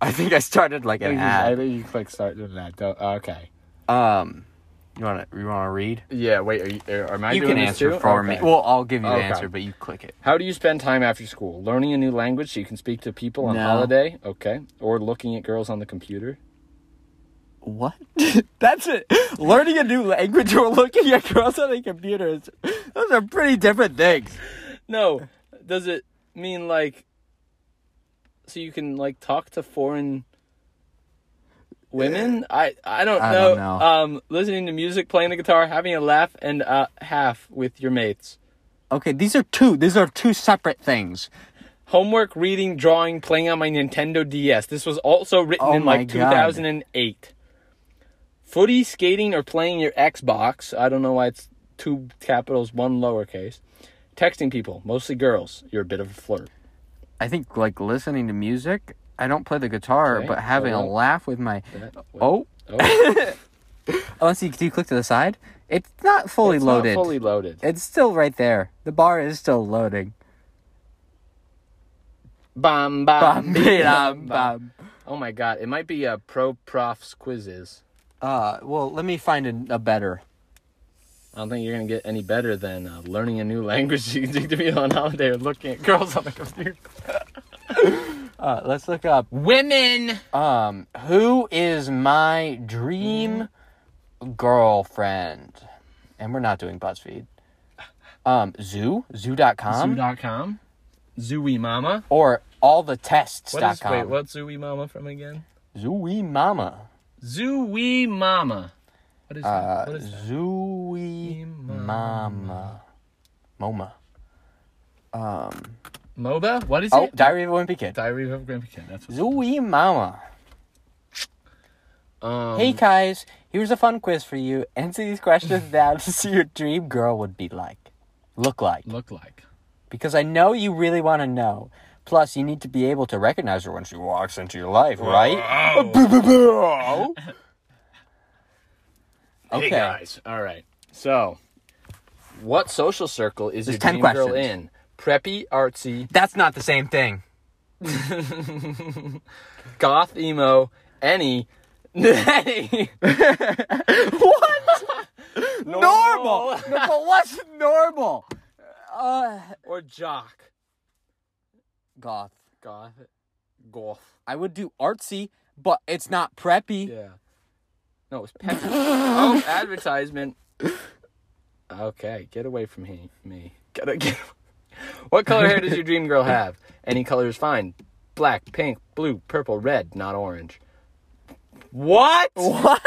Speaker 2: I think I started like an ad.
Speaker 1: think you click start doing that. Don't, uh, okay.
Speaker 2: Um, you want to you want to read?
Speaker 1: Yeah. Wait. Are you? Are, am I
Speaker 2: You
Speaker 1: doing
Speaker 2: can
Speaker 1: this
Speaker 2: answer
Speaker 1: too?
Speaker 2: for me.
Speaker 1: Okay.
Speaker 2: Well, I'll give you the
Speaker 1: Okay.
Speaker 2: answer, but you click it.
Speaker 1: How do you spend time after school? Learning a new language so you can speak to people on
Speaker 2: No.
Speaker 1: holiday? Okay. Or looking at girls on the computer?
Speaker 2: What? That's it. Learning a new language or looking at girls on the computers. Those are pretty different things.
Speaker 1: No. Does it mean like so you can like talk to foreign women? I I don't,
Speaker 2: I
Speaker 1: know.
Speaker 2: don't know.
Speaker 1: Um listening to music, playing the guitar, having a laugh and uh half with your mates.
Speaker 2: Okay, these are two. These are two separate things.
Speaker 1: Homework, reading, drawing, playing on my Nintendo DS. This was also written
Speaker 2: Oh
Speaker 1: in
Speaker 2: my
Speaker 1: like
Speaker 2: God.
Speaker 1: 2008. Footy, skating, or playing your Xbox. I don't know why it's two capitals, one lowercase. Texting people, mostly girls. You're a bit of a flirt.
Speaker 2: I think like listening to music. I don't play the guitar,
Speaker 1: Okay,
Speaker 2: but having a
Speaker 1: hold on.
Speaker 2: laugh with my.
Speaker 1: That-
Speaker 2: Oh,
Speaker 1: Oh,
Speaker 2: unless you do you click to the side, it's not fully
Speaker 1: it's not
Speaker 2: loaded.
Speaker 1: fully loaded.
Speaker 2: It's still right there. The bar is still loading.
Speaker 1: Bam, bam,
Speaker 2: Bum,
Speaker 1: bam, bam.
Speaker 2: bum, bum.
Speaker 1: Oh my god, it might be a pro profs quizzes.
Speaker 2: Uh, well, let me find a, a better.
Speaker 1: I don't think you're gonna get any better than uh, learning a new language you can take to be on holiday or looking at girls on the computer.
Speaker 2: Uh, let's look up.
Speaker 1: Women.
Speaker 2: Um, who is my dream girlfriend? And we're not doing BuzzFeed. Um, Zoo, zoo.com,
Speaker 1: Zoo.com. Zooey Mama.
Speaker 2: or allthetests.com.
Speaker 1: What is wait? What's Zooey Mama from again?
Speaker 2: Zooey Mama.
Speaker 1: Zooey Mama. What is
Speaker 2: Uh,
Speaker 1: that? What is that?
Speaker 2: Zooey
Speaker 1: Mama.
Speaker 2: Mama. MoMA. Um,
Speaker 1: MOBA. What is
Speaker 2: oh,
Speaker 1: it?
Speaker 2: Diary of a Wimpy Kid.
Speaker 1: Diary of a Wimpy Kid. That's what.
Speaker 2: Zooey Mama.
Speaker 1: Um,
Speaker 2: Hey guys, here's a fun quiz for you. Answer these questions now to see your dream girl would be like, look like.
Speaker 1: Look like.
Speaker 2: Because I know you really want to know. Plus, you need to be able to recognize her when she walks into your life, right? Boo, boo, boo.
Speaker 1: Hey
Speaker 2: okay.
Speaker 1: guys. All right. So, what social circle is
Speaker 2: There's
Speaker 1: your
Speaker 2: 10
Speaker 1: dream girl
Speaker 2: questions.
Speaker 1: in? Preppy, artsy,
Speaker 2: That's not the same thing.
Speaker 1: goth, emo, any, any.
Speaker 2: Normal. no, but what's normal? Uh,
Speaker 1: or jock.
Speaker 2: goth.
Speaker 1: Goth. Goth.
Speaker 2: I would do artsy, but it's not preppy.
Speaker 1: Yeah. No, it was Pepsi. oh, advertisement.
Speaker 10: Okay, get away from he, me. Get, a- get What color hair does your dream girl have? Any color is fine. Black, pink, blue, purple, red, not orange. What?
Speaker 2: What?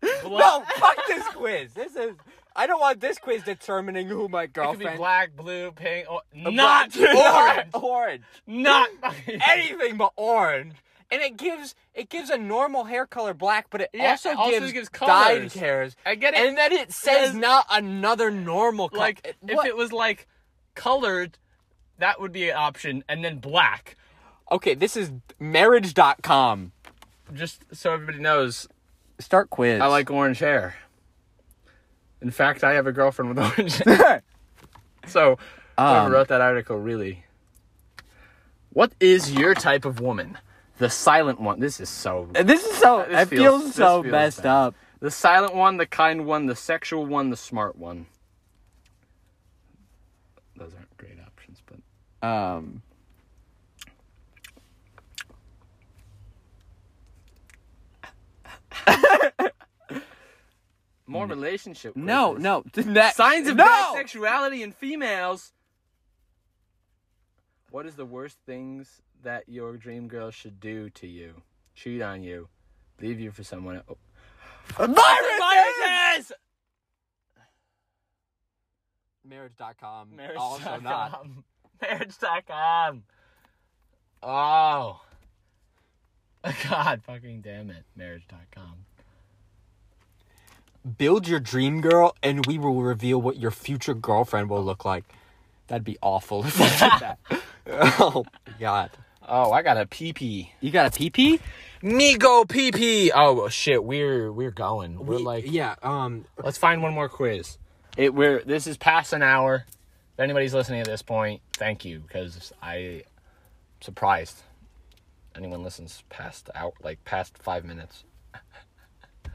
Speaker 2: No, fuck this quiz. This is. I don't want this quiz determining who my
Speaker 1: It could be
Speaker 2: girlfriend.
Speaker 1: black, blue, pink, or,
Speaker 2: Black-
Speaker 1: not orange.
Speaker 2: orange. Orange.
Speaker 1: Not
Speaker 2: Anything but orange. And it gives it gives a normal hair color black, but it
Speaker 1: Yeah,
Speaker 2: also,
Speaker 1: it also
Speaker 2: gives,
Speaker 1: gives
Speaker 2: dyed
Speaker 1: colors.
Speaker 2: hairs.
Speaker 1: I get it.
Speaker 2: And then it says
Speaker 1: Yes.
Speaker 2: not another normal color.
Speaker 1: like if it was like colored, that would be an option, and then black.
Speaker 2: okay, this is marriage.com.
Speaker 1: Just so everybody knows,
Speaker 2: Start quiz.
Speaker 10: I like orange hair. In fact, I have a girlfriend with orange hair. so, whoever
Speaker 2: Um,
Speaker 10: wrote that article really. What is your type of woman? The silent one. This is so.
Speaker 2: This is so.
Speaker 10: This
Speaker 2: it feels,
Speaker 10: feels- this
Speaker 2: so
Speaker 10: feels
Speaker 2: messed
Speaker 10: bad.
Speaker 2: up.
Speaker 10: The silent one, the kind one, the sexual one, the smart one. Those aren't great options, but
Speaker 2: Um.
Speaker 10: more relationship.
Speaker 2: Mm. No,
Speaker 10: quizzes.
Speaker 2: no. Next.
Speaker 10: Signs of
Speaker 2: no.
Speaker 10: bisexuality in females. What is the worst things that your dream girl should do to you? Cheat on you, leave you for someone. el- Oh.
Speaker 2: Viruses! Marriage.com. Also not.
Speaker 1: Marriage.com. Marriage.com. Oh. God fucking damn it. Marriage.com.
Speaker 2: Build your dream girl, and we will reveal what your future girlfriend will look like. That'd be awful if I did that. oh my god.
Speaker 10: Oh, I got a pee pee.
Speaker 2: You got a pee pee?
Speaker 1: Migo PP. Oh shit, we're we're going. We're like
Speaker 2: yeah. Um.
Speaker 1: let's find one more quiz. It we're this is past an hour. If anybody's listening at this point, thank you cuz I surprised anyone listens past out like past 5 minutes.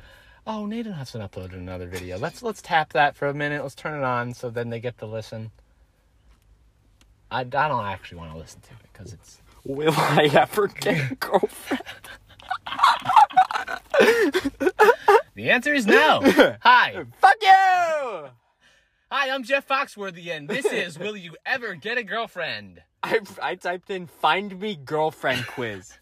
Speaker 1: oh, Nathan Hudson uploaded another video. Let's let's tap that for a minute. Let's turn it on so then they get to listen. I, I don't actually want to listen to it cuz it's
Speaker 2: Will I ever get a girlfriend?
Speaker 1: The answer is no. Hi.
Speaker 2: Fuck you!
Speaker 1: Hi, I'm Jeff Foxworthy, and this is Will You Ever Get a Girlfriend?
Speaker 2: I I typed in "find me girlfriend quiz."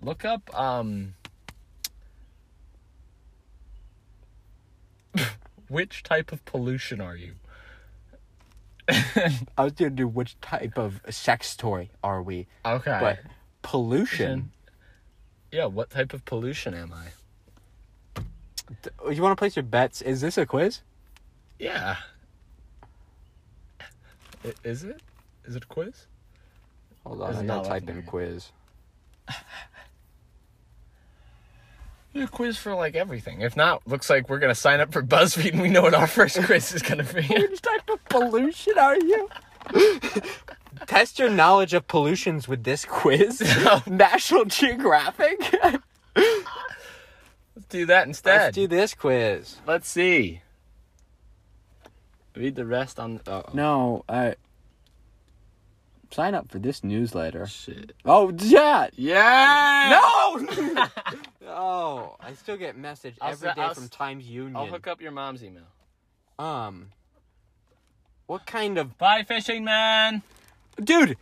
Speaker 1: Look up, um. Which type of pollution are you?
Speaker 2: I was gonna do which type of sex toy are we,
Speaker 1: Okay.
Speaker 2: but pollution.
Speaker 1: yeah, what type of pollution am I?
Speaker 2: D- You want to place your bets? Is this a quiz?
Speaker 1: Yeah. I- Is it? Is it a quiz?
Speaker 2: Hold on,
Speaker 1: This
Speaker 2: I
Speaker 1: is
Speaker 2: gotta
Speaker 1: not
Speaker 2: type
Speaker 1: letting
Speaker 2: in
Speaker 1: me.
Speaker 2: quiz.
Speaker 1: A quiz for like everything. If not, looks like we're gonna sign up for BuzzFeed and we know what our first quiz is gonna be.
Speaker 2: Which type of pollution are you? Test your knowledge of pollutions with this quiz. National Geographic.
Speaker 1: Let's do that instead.
Speaker 2: Let's do this quiz.
Speaker 10: Let's see. Read the rest on. Oh, oh,
Speaker 2: No, I. Sign up for this newsletter.
Speaker 10: shit.
Speaker 2: Oh yeah.
Speaker 10: Yeah.
Speaker 2: No. oh, I still get messaged
Speaker 10: I'll
Speaker 2: every
Speaker 10: se-
Speaker 2: day
Speaker 10: I'll
Speaker 2: from
Speaker 10: s-
Speaker 2: Times Union.
Speaker 10: I'll hook up your mom's email.
Speaker 2: Um, what kind of
Speaker 1: Bye, fishing man.
Speaker 2: dude?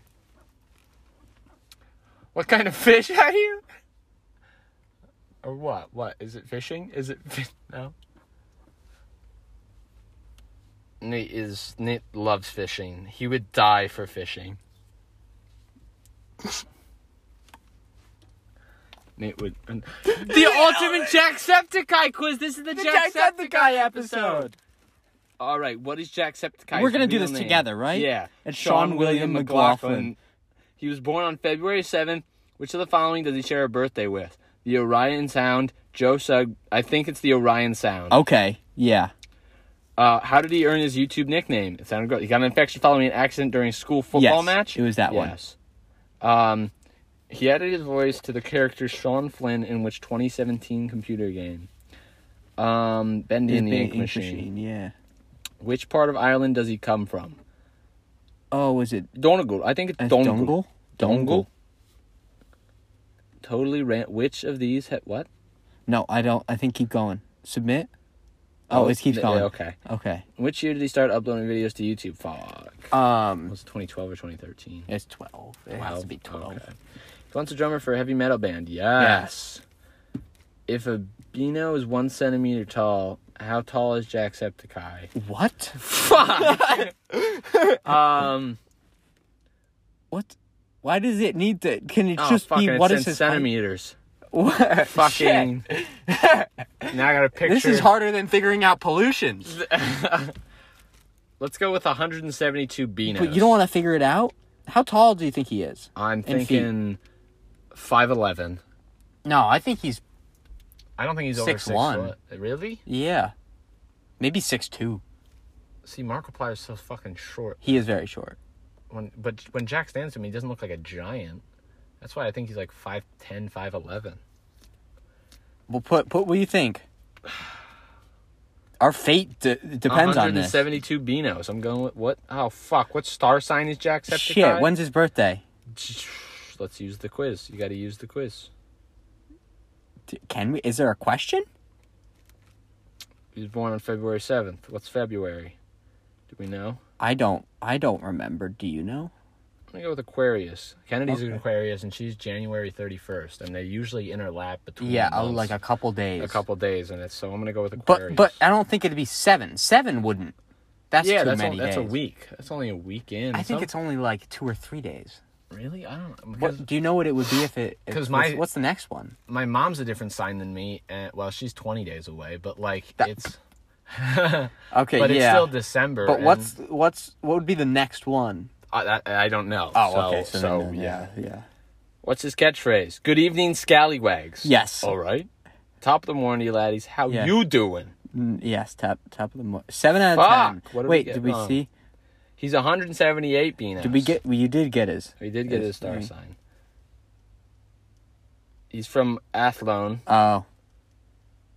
Speaker 10: What kind of fish are you?
Speaker 1: Or what? What is it? Fishing? Is it? Fi- no.
Speaker 10: Nate is Nate loves fishing. He would die for fishing. Nate would. The ultimate Jacksepticeye quiz. This is the, Jacksepticeye, episode. All right, what is Jacksepticeye?
Speaker 2: We're gonna do this together, right?
Speaker 10: Yeah.
Speaker 2: It's Sean William McLaughlin.
Speaker 10: He was born on February seventh. Which of the following does he share a birthday with? The Orion Sound, Joe Sugg. I think it's the Orion Sound.
Speaker 2: Okay, yeah.
Speaker 10: Uh, how did he earn his YouTube nickname? It sounded great. He got an infection following an accident during a school football
Speaker 2: Yes,
Speaker 10: match.
Speaker 2: it was that one.
Speaker 10: yes. Um, he added his voice to the character Sean Flynn in which 2017 computer game? Um, Bendy and the Ink, Machine.
Speaker 2: yeah.
Speaker 10: Which part of Ireland does he come from?
Speaker 2: Oh, was it
Speaker 10: Donegal. I think it's
Speaker 2: a
Speaker 10: Donegal.
Speaker 2: dongle? Dongle.
Speaker 10: Totally ran. Which of these? Ha- what?
Speaker 2: No, I don't. I think keep going. Submit. Oh, it keeps
Speaker 1: th-
Speaker 2: going.
Speaker 1: Okay.
Speaker 2: Okay.
Speaker 1: Which year did he start uploading videos to YouTube? Fuck.
Speaker 2: Um,
Speaker 1: Was it 2012 or 2013?
Speaker 2: it's twelve. It has to be twelve.
Speaker 1: Okay. He wants a drummer for a heavy metal band. Yes.
Speaker 2: Yes.
Speaker 1: If a Beano is one centimeter tall, how tall is Jacksepticeye?
Speaker 2: What?
Speaker 1: Um.
Speaker 2: What? Why does it need to? Can it
Speaker 1: Oh,
Speaker 2: just
Speaker 1: fucking,
Speaker 2: be
Speaker 1: it
Speaker 2: what is
Speaker 1: said
Speaker 2: his height?
Speaker 1: centimeters?
Speaker 2: What?
Speaker 1: Fucking. now I got a picture.
Speaker 2: This is harder than figuring out pollution.
Speaker 1: Let's go with 172 Beanos.
Speaker 2: But you don't want to figure it out. How tall do you think he is?
Speaker 1: I'm
Speaker 2: in feet.
Speaker 1: thinking 5'11.
Speaker 2: No, I think he's
Speaker 1: I don't think he's over 6'1.
Speaker 2: 6'1".
Speaker 1: Really?
Speaker 2: yeah, maybe six two.
Speaker 1: See, Markiplier is so fucking short.
Speaker 2: He is very short.
Speaker 1: When but when Jack stands to me, he doesn't look like a giant. That's why I think he's like 5'10, 5'11.
Speaker 2: Well, put put what you think. Our fate de- depends on this.
Speaker 1: 172 Beanos. I'm going with what? Oh fuck! What star sign is Jacksepticeye?
Speaker 2: Shit, when's his birthday?
Speaker 1: Let's use the quiz. You got to use the quiz.
Speaker 2: D- Can we? Is there a question?
Speaker 1: He was born on February 7th. What's February? Do we know?
Speaker 2: I don't. I don't remember. Do you know?
Speaker 1: I'm gonna go with Aquarius. Kennedy's an
Speaker 2: Okay.
Speaker 1: Aquarius, and she's January 31st, and they usually interlap between
Speaker 2: Yeah, uh,
Speaker 1: months,
Speaker 2: like a couple days.
Speaker 1: a couple days, and it's so I'm gonna go with Aquarius.
Speaker 2: But but I don't think it'd be seven. Seven wouldn't. That's
Speaker 1: yeah,
Speaker 2: too
Speaker 1: that's,
Speaker 2: many
Speaker 1: a, that's a
Speaker 2: days.
Speaker 1: week. That's only a week in.
Speaker 2: I think
Speaker 1: Some-
Speaker 2: it's only like two or three days.
Speaker 1: really. I don't because
Speaker 2: What do you know what it would be if it? if-
Speaker 1: 'Cause my-
Speaker 2: what's- what's the next one?
Speaker 1: my mom's a different sign than me, and well, she's 20 days away, but like
Speaker 2: That-
Speaker 1: it's
Speaker 2: Okay,
Speaker 1: but it's
Speaker 2: yeah.
Speaker 1: still December.
Speaker 2: but
Speaker 1: and
Speaker 2: what's what's what would be the next one?
Speaker 1: I, I, I don't know. Oh, So,
Speaker 2: Oh, then,
Speaker 1: yeah.
Speaker 2: yeah.
Speaker 1: What's his catchphrase? Good evening, scallywags.
Speaker 2: Yes.
Speaker 1: All right. Top of the morning, laddies. How
Speaker 2: Yeah.
Speaker 1: you doing?
Speaker 2: Mm, Yes, top top of the mo- seven out of
Speaker 1: Fuck,
Speaker 2: ten.
Speaker 1: what did we
Speaker 2: Wait,
Speaker 1: get
Speaker 2: did we
Speaker 1: wrong?
Speaker 2: see?
Speaker 1: He's 178 being
Speaker 2: Did we get? Well, you did get his.
Speaker 1: We Oh, did get
Speaker 2: Yes,
Speaker 1: his star
Speaker 2: we-
Speaker 1: sign. He's from Athlone,
Speaker 2: Oh,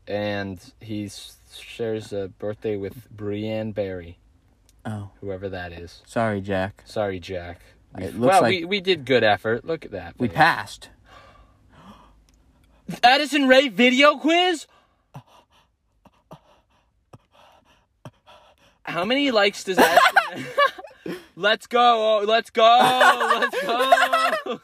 Speaker 1: and he s- shares a birthday with Brienne Barry,
Speaker 2: oh,
Speaker 1: whoever that is.
Speaker 2: sorry, Jack.
Speaker 1: Sorry, Jack. We-
Speaker 2: It looks
Speaker 1: well,
Speaker 2: like-
Speaker 1: we, we did good effort. Look at that.
Speaker 2: We
Speaker 1: babe.
Speaker 2: passed.
Speaker 1: Addison Ray video quiz? How many likes does that? let's go! oh, Let's go! Let's go!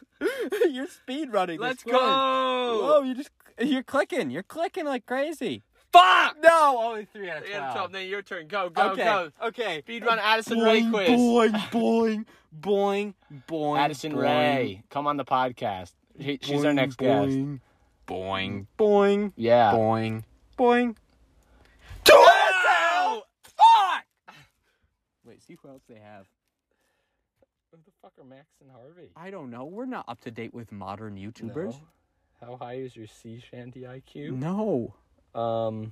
Speaker 2: you're speed running.
Speaker 1: Let's go!
Speaker 2: Whoa, you just you're clicking. You're clicking like crazy.
Speaker 1: Fuck!
Speaker 2: No, only three out of
Speaker 1: Three
Speaker 2: twelve.
Speaker 1: out of twelve. Then your turn. Go, go, go.
Speaker 2: okay.
Speaker 1: Speed run Addison Ray
Speaker 2: Boing,
Speaker 1: quiz.
Speaker 2: boing, boing, boing, boing.
Speaker 1: Addison
Speaker 2: boing,
Speaker 1: Ray, come on the podcast. She- She's our
Speaker 2: boing,
Speaker 1: next guest.
Speaker 2: boing, Boing, boing,
Speaker 1: Yeah.
Speaker 2: boing, boing. Two out of Fuck! Wait, see who else they have.
Speaker 1: Who the fuck are Max and Harvey?
Speaker 2: I don't know. We're not up to date with modern YouTubers.
Speaker 1: How high is your sea shanty IQ?
Speaker 2: No.
Speaker 1: Um.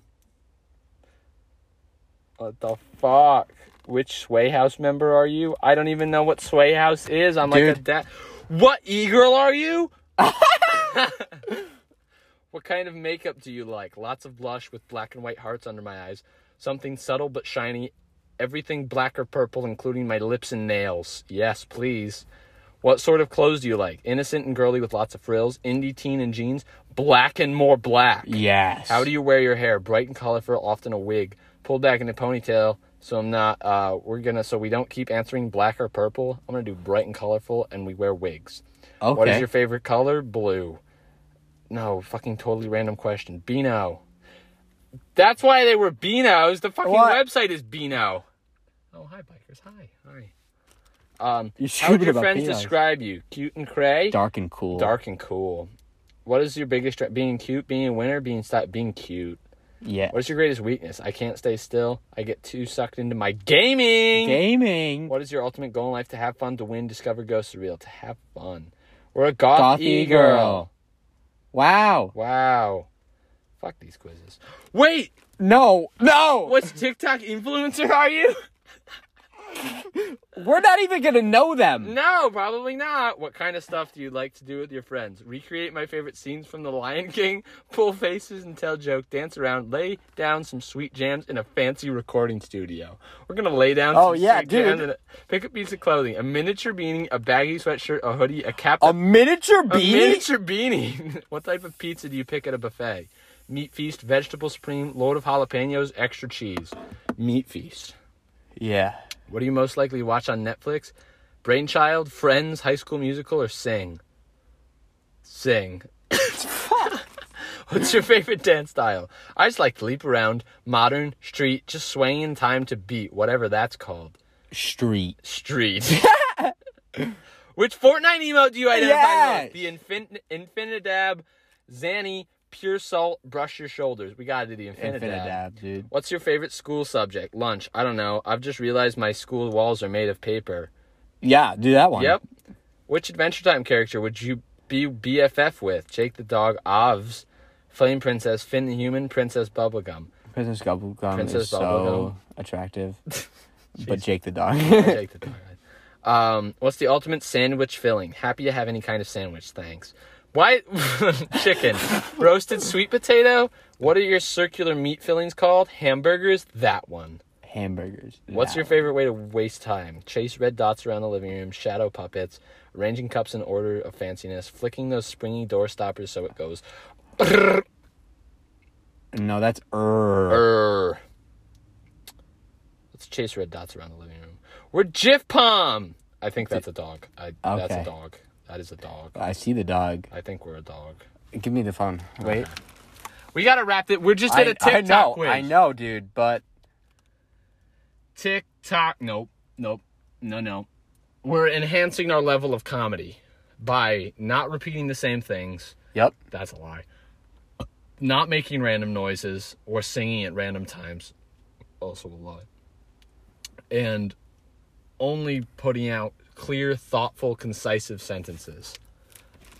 Speaker 1: What the fuck? Which Sway House member are you? I don't even know what Sway House is. I'm like a
Speaker 2: Dude.
Speaker 1: dad. What e-girl are you? what kind of makeup do you like? Lots of blush with black and white hearts under my eyes. Something subtle but shiny. Everything black or purple, including my lips and nails. Yes, please. What sort of clothes do you like? Innocent and girly with lots of frills, indie teen and jeans, black and more black.
Speaker 2: Yes.
Speaker 1: How do you wear your hair? Bright and colorful, often a wig, pulled back in a ponytail. So I'm not. Uh, we're gonna. So we don't keep answering black or purple. I'm gonna do bright and colorful, and we wear wigs.
Speaker 2: Okay.
Speaker 1: What is your favorite color? Blue. No, fucking totally random question. Beano. That's why they were Beanos. The fucking
Speaker 2: What?
Speaker 1: website is Beano. Oh hi bikers. Hi. Hi. Um, how
Speaker 2: You're
Speaker 1: would
Speaker 2: stupid
Speaker 1: your
Speaker 2: about
Speaker 1: friends
Speaker 2: Beanos.
Speaker 1: describe you? Cute and cray.
Speaker 2: Dark and cool.
Speaker 1: Dark and cool. What is your biggest dra- being cute, being a winner, being stop being cute?
Speaker 2: Yeah.
Speaker 1: What is your greatest weakness? I can't stay still. I get too sucked into my gaming.
Speaker 2: Gaming.
Speaker 1: What is your ultimate goal in life? To have fun, to win, discover, go surreal, to have fun. We're a goth,
Speaker 2: Goth
Speaker 1: e-girl.
Speaker 2: e-girl. Wow.
Speaker 1: Wow. Fuck these quizzes. Wait,
Speaker 2: No. No.
Speaker 1: what TikTok influencer are you?
Speaker 2: We're not even gonna know them.
Speaker 1: No, probably not. What kind of stuff do you like to do with your friends? Recreate my favorite scenes from The Lion King, pull faces and tell joke, dance around, lay down some sweet jams in a fancy recording studio. We're gonna lay down.
Speaker 2: Oh,
Speaker 1: some
Speaker 2: yeah,
Speaker 1: sweet jams
Speaker 2: dude.
Speaker 1: and a- pick a piece of clothing: a miniature beanie, a baggy sweatshirt, a hoodie, a cap,
Speaker 2: A miniature
Speaker 1: a
Speaker 2: bee.
Speaker 1: miniature beanie. what type of pizza do you pick at a buffet? meat feast, vegetable supreme, load of jalapenos, extra cheese. Meat feast.
Speaker 2: Yeah.
Speaker 1: What do you most likely to watch on Netflix? Brainchild, Friends, High School Musical, or Sing? Sing. What's your favorite dance style? I just like to leap around, modern, street, just swaying in time to beat, whatever that's called.
Speaker 2: Street.
Speaker 1: Street. Which Fortnite emote do you identify
Speaker 2: Yes.
Speaker 1: with? The infin- Infinidab, Zanny, Pure Salt, Brush Your Shoulders. We gotta do the Infinidab.
Speaker 2: Infinidab, dude.
Speaker 1: What's your favorite school subject? Lunch. I don't know. I've just realized my school walls are made of paper.
Speaker 2: Yeah, do that one.
Speaker 1: Yep. Which Adventure Time character would you be BFF with? Jake the Dog, Ovs, Flame Princess, Finn the Human, Princess Bubblegum.
Speaker 2: Princess Bubblegum
Speaker 1: Princess
Speaker 2: is so
Speaker 1: Bubblegum.
Speaker 2: attractive. but Jake the dog.
Speaker 1: Jake the Dog. Um, what's the ultimate sandwich filling? Happy to have any kind of sandwich, thanks. Why chicken? Roasted sweet potato? What are your circular meat fillings called? Hamburgers? That one.
Speaker 2: Hamburgers.
Speaker 1: What's
Speaker 2: Nah.
Speaker 1: your favorite way to waste time? Chase red dots around the living room, shadow puppets, arranging cups in order of fanciness, flicking those springy door stoppers so it goes.
Speaker 2: No, that's
Speaker 1: "Brrr."
Speaker 2: er.
Speaker 1: Let's chase red dots around the living room. We're Jif Pom. I think that's a dog. I, That's
Speaker 2: Okay.
Speaker 1: a dog. That is a dog.
Speaker 2: I see the dog.
Speaker 1: I think we're a dog.
Speaker 2: Give me the phone. Wait.
Speaker 1: We gotta wrap it. We're just
Speaker 2: I,
Speaker 1: at a
Speaker 2: I
Speaker 1: TikTok
Speaker 2: know.
Speaker 1: quiz.
Speaker 2: I know, dude, but
Speaker 1: TikTok. Nope. Nope. No, no. We're enhancing our level of comedy by not repeating the same things.
Speaker 2: Yep.
Speaker 1: That's a lie. Not making random noises or singing at random times. Also a lie. And only putting out clear, thoughtful, concisive sentences.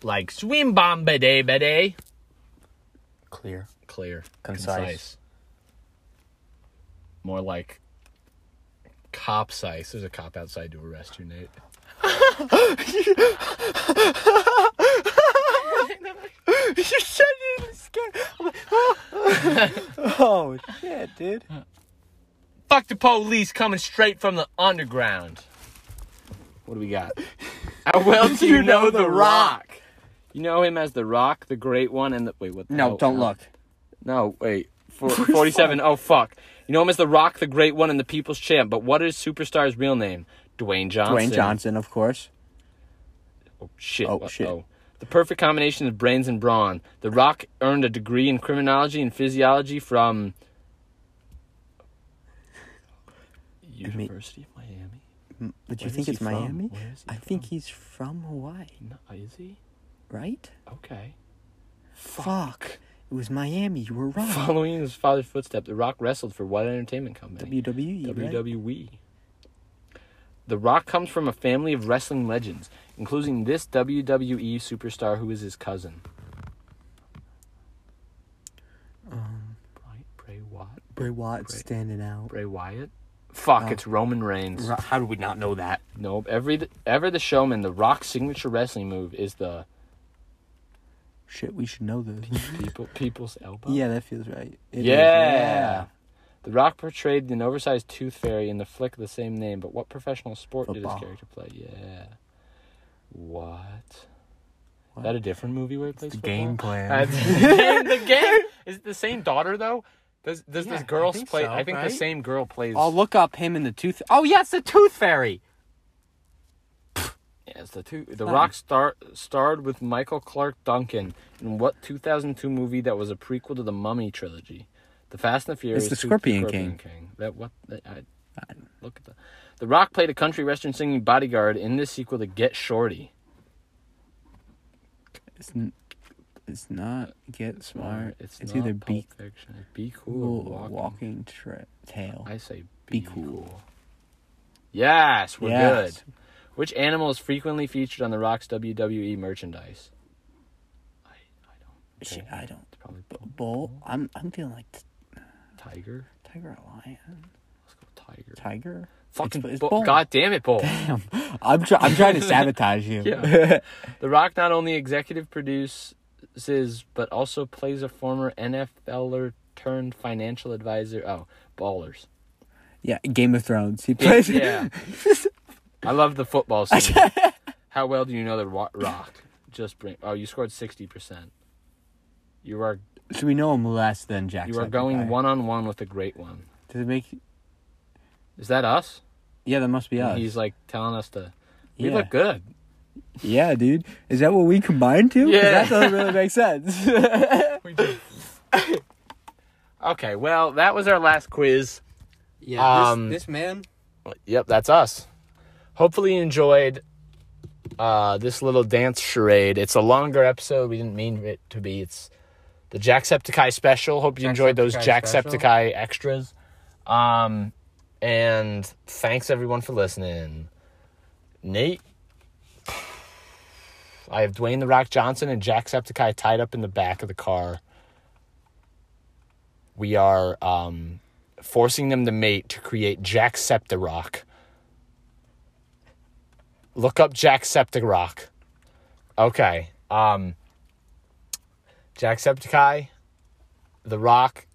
Speaker 1: Like swim bomb bade bade.
Speaker 2: Clear.
Speaker 1: Clear.
Speaker 2: Concise.
Speaker 1: More like cop size. There's a cop outside to arrest you, Nate.
Speaker 2: you said you were scared. I'm like, oh shit, dude.
Speaker 1: Fuck the police coming straight from the underground. What do we got? How well do you, know, the rock? You know him as the Rock, the Great One, and the wait. What? the
Speaker 2: No,
Speaker 1: hell?
Speaker 2: don't look.
Speaker 1: No, wait. For, Forty-seven. Oh fuck. You know him as the Rock, the Great One, and the People's Champ. But what is superstar's real name? Dwayne Johnson.
Speaker 2: Dwayne Johnson, of course.
Speaker 1: Oh shit.
Speaker 2: Oh,
Speaker 1: what-
Speaker 2: shit.
Speaker 1: The perfect combination of brains and brawn. The Rock earned a degree in criminology and physiology from University of Miami.
Speaker 2: But you
Speaker 1: Where
Speaker 2: think
Speaker 1: is
Speaker 2: it's
Speaker 1: he from?
Speaker 2: Miami?
Speaker 1: Where is he
Speaker 2: I think he's from Hawaii,
Speaker 1: No, is he?
Speaker 2: right?
Speaker 1: Okay.
Speaker 2: Fuck. It was Miami. You were wrong.
Speaker 1: Following in his father's footsteps, The Rock wrestled for what entertainment company?
Speaker 2: WWE. E, right?
Speaker 1: WWE. The Rock comes from a family of wrestling legends, including this WWE superstar who is his cousin. Um, Bray, Bray Wyatt?
Speaker 2: Bray Wyatt standing out.
Speaker 1: Bray Wyatt? Fuck, it's Roman Reigns.
Speaker 2: Ro- How did we not know that?
Speaker 1: Nope. Every ever the showman, the Rock's signature wrestling move is the
Speaker 2: Shit, we should know this.
Speaker 1: people people's elbow.
Speaker 2: yeah, that feels right. It is,
Speaker 1: Yeah. The Rock portrayed an oversized tooth fairy in the flick of the same name, but what professional sport did
Speaker 2: Football.
Speaker 1: his character play? Yeah. What?
Speaker 2: What?
Speaker 1: Is that a different movie where he plays
Speaker 2: The
Speaker 1: football?
Speaker 2: game plan.
Speaker 1: Uh, the game. The game. Is it the same daughter though? Does does
Speaker 2: Yeah,
Speaker 1: this girl
Speaker 2: I think
Speaker 1: play?
Speaker 2: so,
Speaker 1: I think
Speaker 2: right?
Speaker 1: the same girl plays.
Speaker 2: I'll look up him and the tooth. Oh yeah, it's the Tooth Fairy.
Speaker 1: Yes, the two. The Rock star starred with Michael Clark Duncan in what 2002 movie that was a prequel to the Mummy trilogy? The Fast and the Furious.
Speaker 2: the
Speaker 1: two-
Speaker 2: Scorpion King.
Speaker 1: That what? that- I, look at that. The Rock played a country western singing bodyguard in this sequel to Get Shorty.
Speaker 2: It's, n- it's not get smart. It's,
Speaker 1: not
Speaker 2: either
Speaker 1: Pulp
Speaker 2: be
Speaker 1: Fiction. It's Be
Speaker 2: cool,
Speaker 1: cool. or
Speaker 2: walking,
Speaker 1: Walking.
Speaker 2: tra- tail.
Speaker 1: I say
Speaker 2: Be
Speaker 1: be,
Speaker 2: cool.
Speaker 1: cool. Yes, we're
Speaker 2: Yes.
Speaker 1: good. Which animal is frequently featured on The Rock's WWE merchandise? I, I don't.
Speaker 2: Shit, I don't.
Speaker 1: It's probably
Speaker 2: B- bull. I'm I'm feeling like t-
Speaker 1: tiger.
Speaker 2: tiger or lion.
Speaker 1: Let's go tiger.
Speaker 2: Tiger.
Speaker 1: Fucking
Speaker 2: it's
Speaker 1: bull.
Speaker 2: bull.
Speaker 1: God damn it, bull.
Speaker 2: Damn. I'm try- I'm trying to sabotage you.
Speaker 1: Yeah. the Rock not only executive produces, but also plays a former NFLer turned financial advisor. Oh, ballers.
Speaker 2: Yeah, Game of Thrones. He plays.
Speaker 1: yeah. I love the football scene. How well do you know the Ro- Rock? Just bring. Oh, you scored 60%. You are
Speaker 2: So we know him less than Jack.
Speaker 1: You are going one on one with a great one.
Speaker 2: Does it make?
Speaker 1: Is that us?
Speaker 2: Yeah, that must be us.
Speaker 1: He's like telling us to. We
Speaker 2: Yeah.
Speaker 1: look good.
Speaker 2: Yeah, dude. Is that what we combined to? 'Cause
Speaker 1: Yeah.
Speaker 2: That doesn't really make sense.
Speaker 1: Okay, well, that was our last quiz.
Speaker 11: Yeah, this- Um,
Speaker 2: this man.
Speaker 1: Yep, that's us. Hopefully, you enjoyed uh, this little dance charade. It's a longer episode. We didn't mean it to be. It's the Jacksepticeye special. Hope you enjoyed those
Speaker 2: Jacksepticeye special.
Speaker 1: Jacksepticeye extras. Um, and thanks everyone for listening. Nate, I have Dwayne the Rock Johnson and Jacksepticeye tied up in the back of the car. We are um, forcing them to mate to create Jackseptirock. Look up Jackseptirock. Okay. Um Jacksepticeye, The Rock,